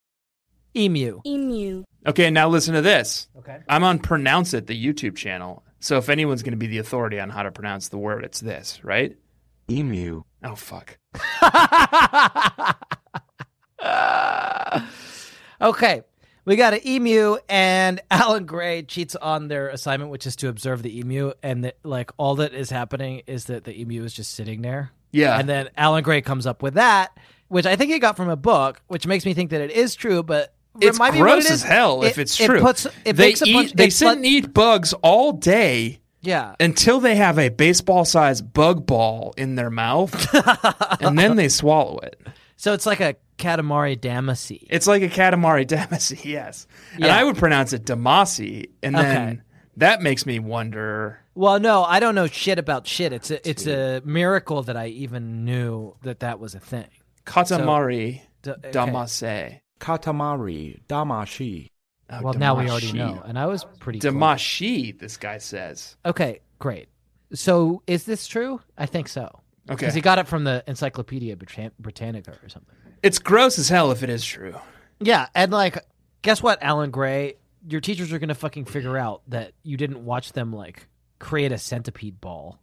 Speaker 5: Emu.
Speaker 11: emu,
Speaker 4: Okay, now listen to this.
Speaker 5: Okay.
Speaker 4: I'm on Pronounce It, the YouTube channel. So if anyone's going to be the authority on how to pronounce the word, it's this, right?
Speaker 12: Emu.
Speaker 4: Oh, fuck.
Speaker 5: okay. We got an emu, and Alan Gray cheats on their assignment, which is to observe the emu. And that like all that is happening is that the emu is just sitting there.
Speaker 4: Yeah.
Speaker 5: And then Alan Gray comes up with that, which I think he got from a book, which makes me think that it is true, but.
Speaker 4: It's
Speaker 5: remind me
Speaker 4: gross
Speaker 5: what it
Speaker 4: as
Speaker 5: is.
Speaker 4: hell if
Speaker 5: It-
Speaker 4: it's true.
Speaker 5: It puts, it
Speaker 4: they
Speaker 5: makes a
Speaker 4: eat,
Speaker 5: bunch,
Speaker 4: they
Speaker 5: it
Speaker 4: sit
Speaker 5: put-
Speaker 4: and eat bugs all day
Speaker 5: Yeah.
Speaker 4: until they have a baseball sized bug ball in their mouth, and then they swallow it.
Speaker 5: So it's like a Katamari Damacy.
Speaker 4: It's like a Katamari Damacy, yes. And
Speaker 5: Yeah.
Speaker 4: I would pronounce it Damasi, and then
Speaker 5: Okay.
Speaker 4: that makes me wonder.
Speaker 5: Well, no, I don't know shit about shit. It's a, it's a miracle that I even knew that that was a thing.
Speaker 4: Katamari
Speaker 5: D- okay.
Speaker 4: Damase.
Speaker 12: Katamari Damashi.
Speaker 4: Oh,
Speaker 5: Well, now we already
Speaker 4: Damashi.
Speaker 5: know, and I was pretty close.
Speaker 4: Damashi, this guy says.
Speaker 5: Okay, great. So is this true? I think so.
Speaker 4: Okay.
Speaker 5: Because he got it from the Encyclopedia Britan- Britannica or something.
Speaker 4: It's gross as hell if it is true.
Speaker 5: Yeah, and like, guess what, Alan Gray? Your teachers are gonna fucking figure out that you didn't watch them like create a centipede ball.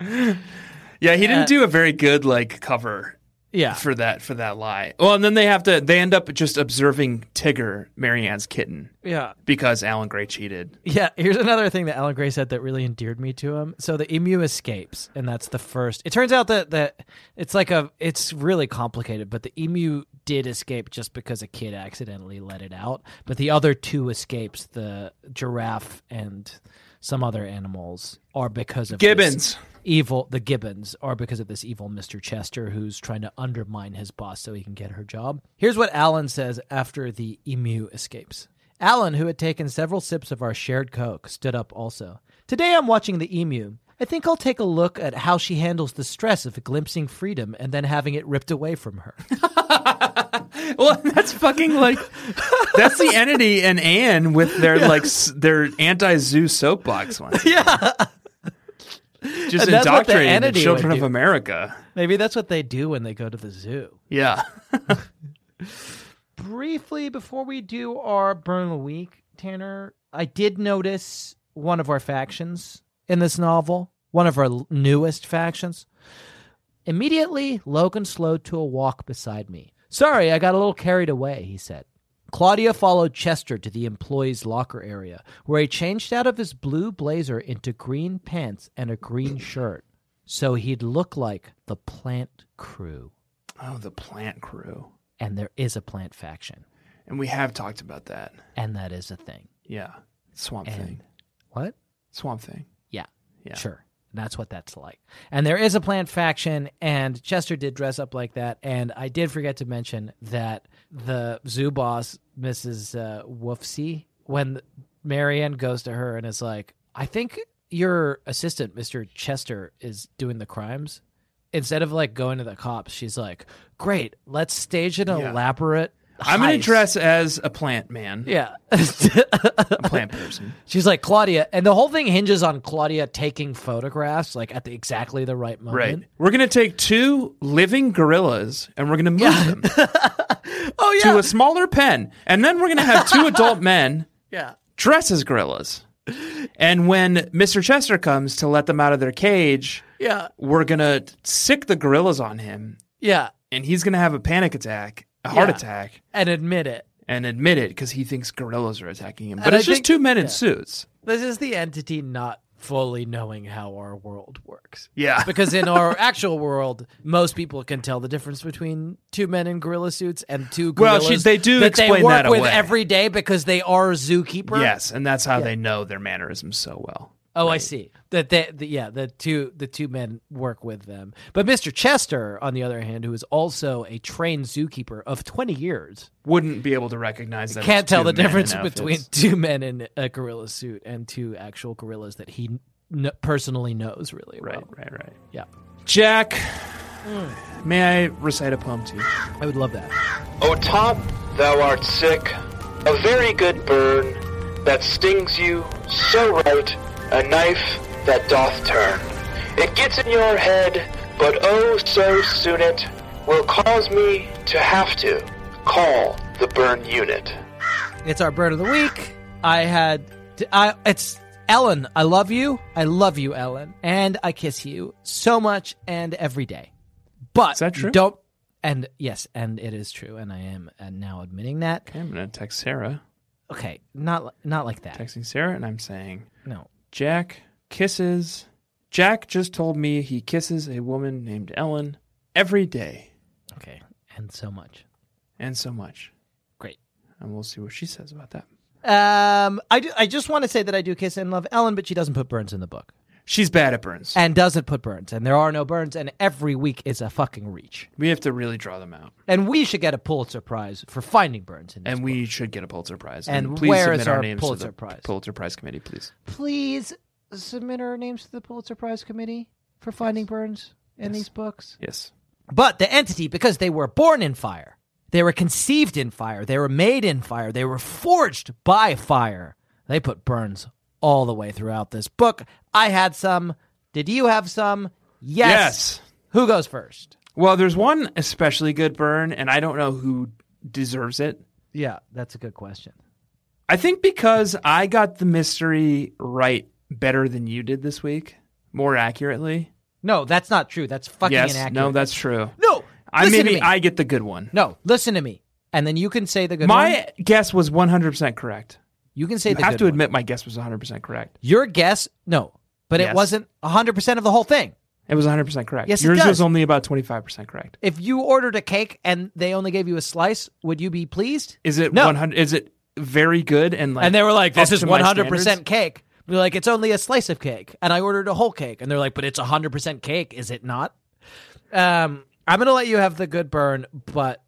Speaker 4: Yeah, he didn't
Speaker 5: Uh,
Speaker 4: do a very good like cover
Speaker 5: Yeah.
Speaker 4: for that for that lie. Well, and then they have to they end up just observing Tigger, Marianne's kitten,
Speaker 5: Yeah.
Speaker 4: because Alan Gray cheated.
Speaker 5: Yeah, here's another thing that Alan Gray said that really endeared me to him. So the emu escapes, and that's the first. It turns out that that it's like a it's really complicated, but the emu did escape just because a kid accidentally let it out. But the other two escapes, the giraffe and some other animals, are because of this
Speaker 4: Gibbons.
Speaker 5: evil the Gibbons are because of this evil Mr. Chester who's trying to undermine his boss so he can get her job. Here's what Alan says after the emu escapes. Alan, who had taken several sips of our shared Coke, stood up also. Today I'm watching the emu. I think I'll take a look at how she handles the stress of glimpsing freedom and then having it ripped away from her.
Speaker 4: Well, that's fucking like that's the entity and Anne with their like s- their anti zoo soapbox one. Yeah, just
Speaker 5: And that's what the
Speaker 4: indoctrinating the,
Speaker 5: entity would
Speaker 4: children of
Speaker 5: do.
Speaker 4: America.
Speaker 5: Maybe that's what they do when they go to the zoo.
Speaker 4: Yeah,
Speaker 5: briefly before we do our burn of the week, Tanner, I did notice one of our factions in this novel, one of our l- newest factions. Immediately, Logan slowed to a walk beside me. Sorry, I got a little carried away, he said. Claudia followed Chester to the employee's locker area, where he changed out of his blue blazer into green pants and a green shirt, so he'd look like the plant crew.
Speaker 4: oh the plant crew,
Speaker 5: And there is a plant faction,
Speaker 4: and we have talked about that.
Speaker 5: and that is a thing.
Speaker 4: Yeah, swamp
Speaker 5: And-
Speaker 4: thing,
Speaker 5: What?
Speaker 4: swamp thing.
Speaker 5: Yeah.
Speaker 4: Yeah.
Speaker 5: Sure. That's what that's like. And there is a plant faction, and Chester did dress up like that. And I did forget to mention that the zoo boss, Mrs. Uh, Woofsy, when Marianne goes to her and is like, I think your assistant, Mr. Chester, is doing the crimes. Instead of like going to the cops, she's like, Great, let's stage an
Speaker 4: Yeah.
Speaker 5: elaborate.
Speaker 4: I'm gonna
Speaker 5: heist."
Speaker 4: dress as a plant man,
Speaker 5: Yeah.
Speaker 4: a plant person.
Speaker 5: She's like Claudia, and the whole thing hinges on Claudia taking photographs like at the, exactly the right
Speaker 4: Right.
Speaker 5: moment.
Speaker 4: We're gonna take two living gorillas and we're gonna move them
Speaker 5: Oh
Speaker 4: to a smaller pen, and then we're gonna have two adult men
Speaker 5: yeah.
Speaker 4: dress as gorillas. And when Mr. Chester comes to let them out of their cage,
Speaker 5: Yeah.
Speaker 4: we're gonna sick the gorillas on him,
Speaker 5: Yeah.
Speaker 4: and he's gonna have a panic attack, a heart
Speaker 5: Yeah.
Speaker 4: attack,
Speaker 5: And admit it.
Speaker 4: and admit it because he thinks gorillas are attacking him. But
Speaker 5: And I
Speaker 4: it's just
Speaker 5: think-
Speaker 4: two men in
Speaker 5: yeah.
Speaker 4: suits.
Speaker 5: This is the entity not fully knowing how our world works.
Speaker 4: Yeah,
Speaker 5: Because in our actual world, most people can tell the difference between two men in gorilla suits and two
Speaker 4: Well,
Speaker 5: gorillas.
Speaker 4: she- they do
Speaker 5: that
Speaker 4: explain
Speaker 5: they work
Speaker 4: that
Speaker 5: with
Speaker 4: away.
Speaker 5: every day because they are zookeepers.
Speaker 4: yes, and that's how they know their mannerisms so well.
Speaker 5: Oh, I see. That they, the, yeah, the two the two men work with them. But Mr. Chester, on the other hand, who is also a trained zookeeper of twenty years,
Speaker 4: Wouldn't be able to recognize them.
Speaker 5: can't
Speaker 4: as
Speaker 5: tell
Speaker 4: two
Speaker 5: the
Speaker 4: men in
Speaker 5: difference
Speaker 4: outfits.
Speaker 5: between two men in a gorilla suit and two actual gorillas that he kn- personally knows really
Speaker 4: Right,
Speaker 5: well.
Speaker 4: right, right.
Speaker 5: Yeah, Hmm.
Speaker 4: Jack, may I recite a poem to you?
Speaker 5: I would love that.
Speaker 10: O top, thou art sick, a very good burn that stings you so right, a knife that doth turn. It gets in your head, but oh, so soon it will cause me to have to call the burn unit.
Speaker 5: It's our bird of the week. I had. I. It's Ellen. I love you. I love you, Ellen, and I kiss you so much and every day. But
Speaker 4: Is that true?
Speaker 5: don't. And yes, and it is true, and I am uh, now admitting that.
Speaker 4: Okay, I'm gonna text Sarah.
Speaker 5: Okay, not li- not like that.
Speaker 4: Texting Sarah, and I'm saying,
Speaker 5: No.
Speaker 4: Jack kisses. Jack just told me he kisses a woman named Ellen every day,
Speaker 5: Okay, and so much.
Speaker 4: and so much.
Speaker 5: Great.
Speaker 4: And we'll see what she says about that.
Speaker 5: Um, I do, I just want to say that I do kiss and love Ellen, but she doesn't put burns in the book,
Speaker 4: She's bad at burns.
Speaker 5: and doesn't put burns, and there are no burns, and every week is a fucking reach.
Speaker 4: we have to really draw them out,
Speaker 5: And we should get a Pulitzer Prize for finding burns in this
Speaker 4: and we should get a Pulitzer Prize.
Speaker 5: And
Speaker 4: please
Speaker 5: where
Speaker 4: submit
Speaker 5: is
Speaker 4: our,
Speaker 5: our
Speaker 4: names to
Speaker 5: Pulitzer
Speaker 4: the
Speaker 5: Prize?
Speaker 4: Pulitzer Prize committee, please.
Speaker 5: please submit our names to the Pulitzer Prize Committee for finding burns in these books.
Speaker 4: Yes.
Speaker 5: But the entity, because they were born in fire, they were conceived in fire, they were made in fire, they were forged by fire. They put burns all the way throughout this book. I had some. Did you have some?
Speaker 4: Yes.
Speaker 5: Yes. Who goes first?
Speaker 4: Well, there's one especially good burn, and I don't know who deserves it.
Speaker 5: Yeah, that's a good question.
Speaker 4: I think because I got the mystery right better than you did this week, more accurately.
Speaker 5: No, that's not true. That's fucking
Speaker 4: yes,
Speaker 5: inaccurate.
Speaker 4: no, that's true.
Speaker 5: no.
Speaker 4: I
Speaker 5: listen to
Speaker 4: maybe
Speaker 5: me.
Speaker 4: I get the good one.
Speaker 5: no. Listen to me, and then you can say the good.
Speaker 4: my
Speaker 5: one.
Speaker 4: guess was 100% correct.
Speaker 5: you can say
Speaker 4: You
Speaker 5: the
Speaker 4: have
Speaker 5: good
Speaker 4: to
Speaker 5: one.
Speaker 4: admit my guess was 100% correct.
Speaker 5: Your guess, no, but it
Speaker 4: Yes.
Speaker 5: wasn't 100% of the whole thing.
Speaker 4: It was 100% correct.
Speaker 5: Yes, it
Speaker 4: Yours
Speaker 5: does.
Speaker 4: was only about 25% correct.
Speaker 5: If you ordered a cake and they only gave you a slice, would you be pleased?
Speaker 4: Is it
Speaker 5: No.
Speaker 4: 100 is it very good and like
Speaker 5: and they were like, this
Speaker 4: up
Speaker 5: is
Speaker 4: to my
Speaker 5: 100%
Speaker 4: standards?"
Speaker 5: cake. Be like, it's only a slice of cake. And I ordered a whole cake. And they're like, but it's 100% cake, is it not? Um, I'm going to let you have the good burn, but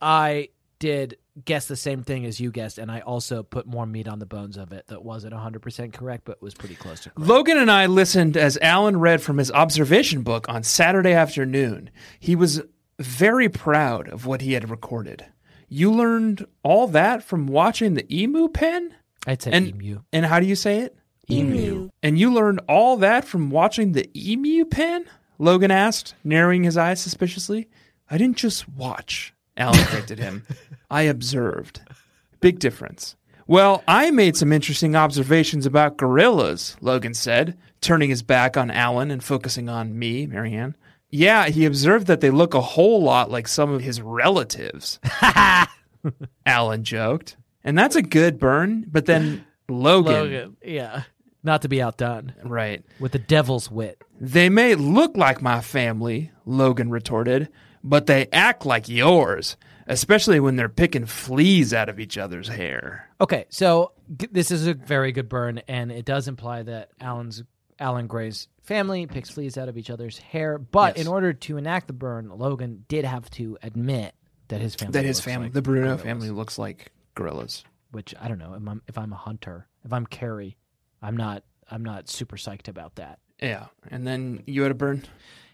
Speaker 5: I did guess the same thing as you guessed. And I also put more meat on the bones of it that wasn't 100% correct, but was pretty close to correct.
Speaker 4: Logan and I listened as Alan read from his observation book on Saturday afternoon. He was very proud of what he had recorded. You learned all that from watching the emu pen?
Speaker 5: I'd say
Speaker 4: And
Speaker 5: emu.
Speaker 4: and how do you say it?
Speaker 13: Emu.
Speaker 4: And you learned all that from watching the emu pen? Logan asked, narrowing his eyes suspiciously. I didn't just watch, Alan corrected him. I observed. Big difference. Well, I made some interesting observations about gorillas, Logan said, turning his back on Alan and focusing on me, Marianne. Yeah, he observed that they look a whole lot like some of his relatives. Alan joked. And that's a good burn, but then Logan.
Speaker 5: Yeah. Not to be outdone.
Speaker 4: Right.
Speaker 5: With the devil's wit.
Speaker 4: They may look like my family, Logan retorted, but they act like yours, especially when they're picking fleas out of each other's hair.
Speaker 5: Okay, so g- this is a very good burn, and it does imply that Alan's Alan Gray's family picks fleas out of each other's hair. But
Speaker 4: Yes.
Speaker 5: in order to enact the burn, Logan did have to admit that his family
Speaker 4: That his
Speaker 5: looks
Speaker 4: family,
Speaker 5: like
Speaker 4: the Bruno
Speaker 5: gorillas,
Speaker 4: family, looks like gorillas.
Speaker 5: which I don't know. If I'm, if I'm a hunter, if I'm Carrie, I'm not. I'm not super psyched about that.
Speaker 4: Yeah. And then you had a burn?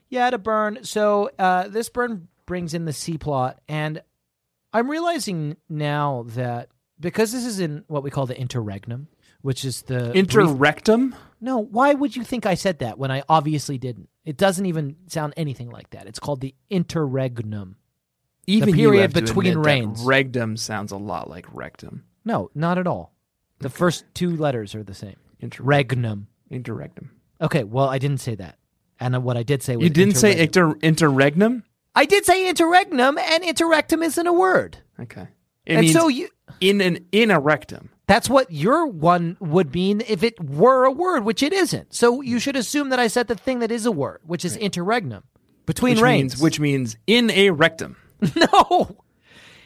Speaker 5: Yeah, to burn. So uh, this burn brings in the C plot, and I'm realizing now that because this is in what we call the interregnum, which is the brief-
Speaker 4: Interrectum?
Speaker 5: No, why would you think I said that when I obviously didn't? It doesn't even sound anything like that. It's called the interregnum.
Speaker 4: Even you
Speaker 5: period
Speaker 4: have to
Speaker 5: between
Speaker 4: admit that
Speaker 5: reigns.
Speaker 4: Regdom sounds a lot like rectum.
Speaker 5: No, not at all. The first two letters are the same.
Speaker 4: Inter-
Speaker 5: Regnum.
Speaker 4: Interrectum.
Speaker 5: Okay, well, I didn't say that. And uh, what I did say was
Speaker 4: You didn't say
Speaker 5: interregnum.
Speaker 4: inter- interregnum?
Speaker 5: I did say interregnum, and interrectum isn't a word.
Speaker 4: Okay. It
Speaker 5: and
Speaker 4: means
Speaker 5: so you,
Speaker 4: in an in a rectum.
Speaker 5: that's what your one would mean if it were a word, which it isn't. So you should assume that I said the thing that is a word, which is interregnum, between
Speaker 4: Which
Speaker 5: reigns.
Speaker 4: means, which means in a rectum.
Speaker 5: No.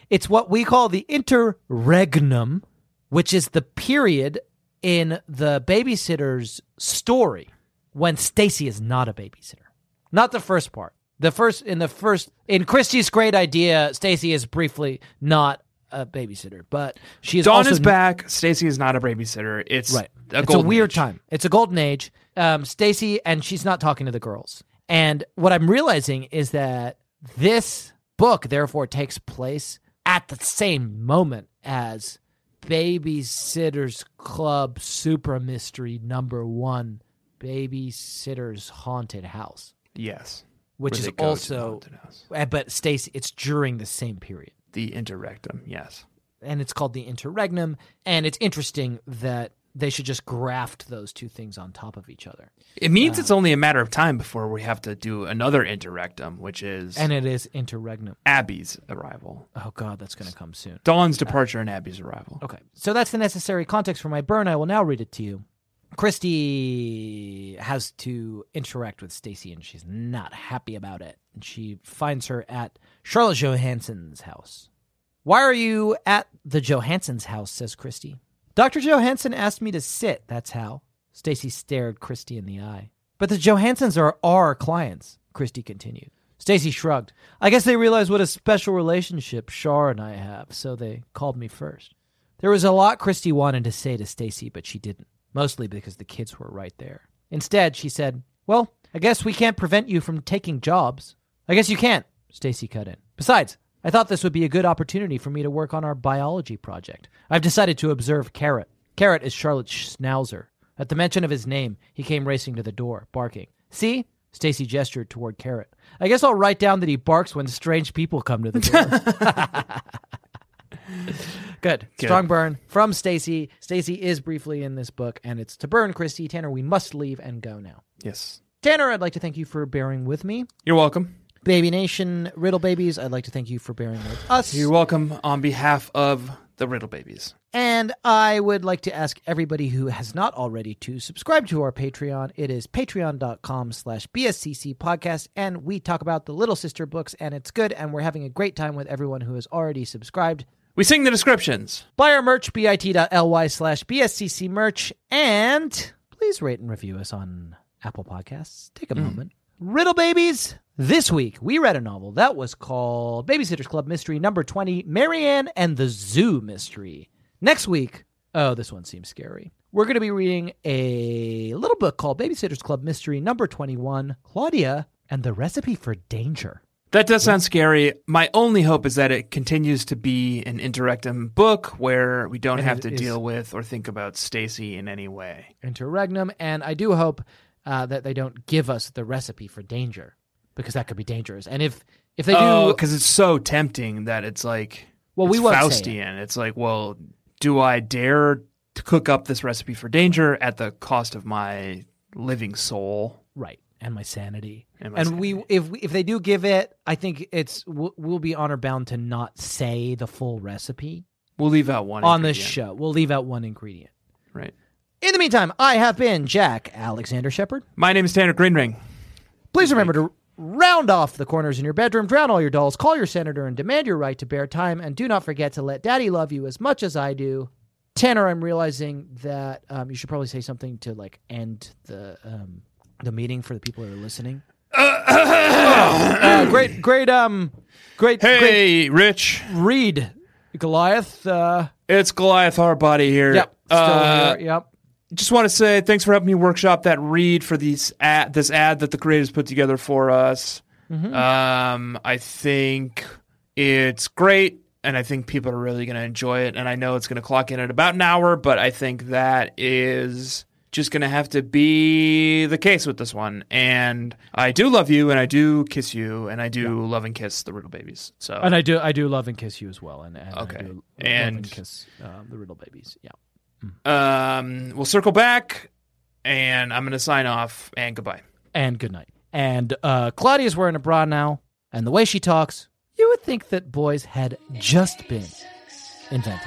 Speaker 5: It's what we call the interregnum, which is the period in the babysitter's story when Stacy is not a babysitter. Not the first part. The first in the first in Christie's great idea, Stacy is briefly not a babysitter, but she is
Speaker 4: Dawn
Speaker 5: also
Speaker 4: is back. Stacy is not a babysitter. It's
Speaker 5: Right.
Speaker 4: A
Speaker 5: it's a
Speaker 4: golden
Speaker 5: weird
Speaker 4: age.
Speaker 5: time. It's a golden age. Um, Stacy and she's not talking to the girls. And what I'm realizing is that this book therefore takes place at the same moment as Babysitters Club Super Mystery Number One, Babysitter's Haunted House.
Speaker 4: Yes.
Speaker 5: which
Speaker 4: Where
Speaker 5: is
Speaker 4: they go to
Speaker 5: also.
Speaker 4: the house.
Speaker 5: uh, But Stacy, it's during the same period,
Speaker 4: the interrectum. Yes.
Speaker 5: and it's called the interregnum. And it's interesting that they should just graft those two things on top of each other.
Speaker 4: It means it's only a matter of time before we have to do another interrectum, which is
Speaker 5: And it is interregnum.
Speaker 4: Abby's arrival.
Speaker 5: Oh God, that's going to come soon.
Speaker 4: Dawn's departure and Abby's arrival.
Speaker 5: Okay. So that's the necessary context for my burn. I will now read it to you. Christy has to interact with Stacy and she's not happy about it. And she finds her at Charlotte Johansson's house. Why are you at the Johansson's house? says Christy. Dr. Johansson asked me to sit, that's how. Stacy stared Christy in the eye. But the Johansons are our clients, Christy continued. Stacy shrugged. I guess they realized what a special relationship Shar and I have, so they called me first. There was a lot Christy wanted to say to Stacy, but she didn't, mostly because the kids were right there. Instead, she said, "Well, I guess we can't prevent you from taking jobs." "I guess you can't," Stacy cut in. "Besides, I thought this would be a good opportunity for me to work on our biology project. I've decided to observe Carrot. Carrot is Charlotte Schnauzer. At the mention of his name, he came racing to the door, barking. "See?" Stacy gestured toward Carrot. "I guess I'll write down that he barks when strange people come to the door." Good. Strong burn from Stacy. Stacy is briefly in this book, and it's to burn Christy. Tanner, we must leave and go now.
Speaker 4: Yes.
Speaker 5: Tanner, I'd like to thank you for bearing with me.
Speaker 4: You're welcome.
Speaker 5: Baby Nation, Riddle Babies, I'd like to thank you for bearing with us.
Speaker 4: You're welcome on behalf of the Riddle Babies.
Speaker 5: And I would like to ask everybody who has not already to subscribe to our Patreon. It is patreon.com slash BSCC podcast. And we talk about the Little Sister books, and it's good. And we're having a great time with everyone who has already subscribed.
Speaker 4: We sing the descriptions.
Speaker 5: Buy our merch, bit.ly slash BSCC merch, and please rate and review us on Apple Podcasts. Take a moment. Riddle Babies, this week we read a novel that was called Babysitter's Club Mystery Number 20 Marianne and the Zoo Mystery. Next week, oh, this one seems scary. We're going to be reading a little book called Babysitter's Club Mystery Number 21 Claudia and the Recipe for Danger.
Speaker 4: That does sound scary. My only hope is that it continues to be an interrectum book where we don't
Speaker 5: And
Speaker 4: have
Speaker 5: it
Speaker 4: to
Speaker 5: is-
Speaker 4: deal with or think about Stacy in any way.
Speaker 5: interregnum, and I do hope uh, that they don't give us the recipe for danger because that could be dangerous. And if if they
Speaker 4: Oh,
Speaker 5: do,
Speaker 4: because it's so tempting that it's like
Speaker 5: Well, we
Speaker 4: it's
Speaker 5: won't say
Speaker 4: Faustian. It's like, well, do I dare to cook up this recipe for danger at the cost of my living soul?
Speaker 5: right, and my sanity,
Speaker 4: And
Speaker 5: and,
Speaker 4: my
Speaker 5: we if we, if they do give it, I think it's we'll, we'll be honor bound to not say the full recipe
Speaker 4: We'll leave out one
Speaker 5: on this
Speaker 4: ingredient,
Speaker 5: show. We'll leave out one ingredient.
Speaker 4: Right.
Speaker 5: In the meantime, I have been Jack Alexander Shepard.
Speaker 4: My name is Tanner Greenring.
Speaker 5: Please remember to round off the corners in your bedroom, drown all your dolls, call your senator, and demand your right to bear time. And do not forget to let daddy love you as much as I do. Tanner, I'm realizing that um, you should probably say something to like end the um, the meeting for the people who are listening. Uh, great, great, um, great, great
Speaker 4: Hey, Rich.
Speaker 5: read, Goliath. Uh,
Speaker 4: It's Goliath Harbody here.
Speaker 5: yep, still
Speaker 4: Uh,
Speaker 5: here. Yep.
Speaker 4: just want to say thanks for helping me workshop that read for these ad, this ad that the creators put together for us. Um, I think it's great, and I think people are really going to enjoy it. And I know it's going to clock in at about an hour, but I think that is just going to have to be the case with this one. And I do love you, and I do kiss you, and I do love and kiss the Riddle Babies. So
Speaker 5: And I do, I do love and kiss you as well, and, and
Speaker 4: Okay.
Speaker 5: I do love
Speaker 4: And-
Speaker 5: and, kiss um, the riddle babies. Yeah.
Speaker 4: um, we'll circle back, and I'm going to sign off and goodbye.
Speaker 5: and good night. And uh, Claudia's wearing a bra now, and the way she talks, you would think that boys had just been invented.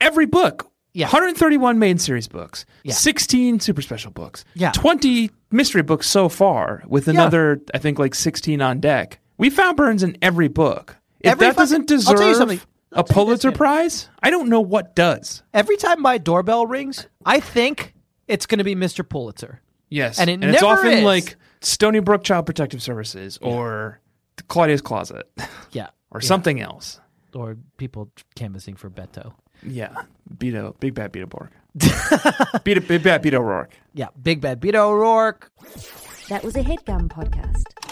Speaker 4: every book.
Speaker 5: Yeah.
Speaker 4: 131 main series books,
Speaker 5: Yeah.
Speaker 4: 16 super special books,
Speaker 5: Yeah.
Speaker 4: 20 mystery books so far, with another, I think, like 16 on deck. We found burns in every book. If
Speaker 5: Every
Speaker 4: that doesn't
Speaker 5: fucking- I'll
Speaker 4: deserve
Speaker 5: tell you something.
Speaker 4: a Pulitzer Prize, I don't know what does.
Speaker 5: Every time my doorbell rings, I think it's going to be Mr. Pulitzer.
Speaker 4: Yes.
Speaker 5: And it
Speaker 4: it's
Speaker 5: never
Speaker 4: often
Speaker 5: is.
Speaker 4: like Stony Brook Child Protective Services or Claudia's Closet
Speaker 5: Yeah,
Speaker 4: or something else.
Speaker 5: or people canvassing for Beto.
Speaker 4: Yeah. Beto, Big Bad Beto Borg. Beto, Big Bad Beto O'Rourke.
Speaker 5: Yeah, Big Bad Beto O'Rourke.
Speaker 1: That was a headgum podcast.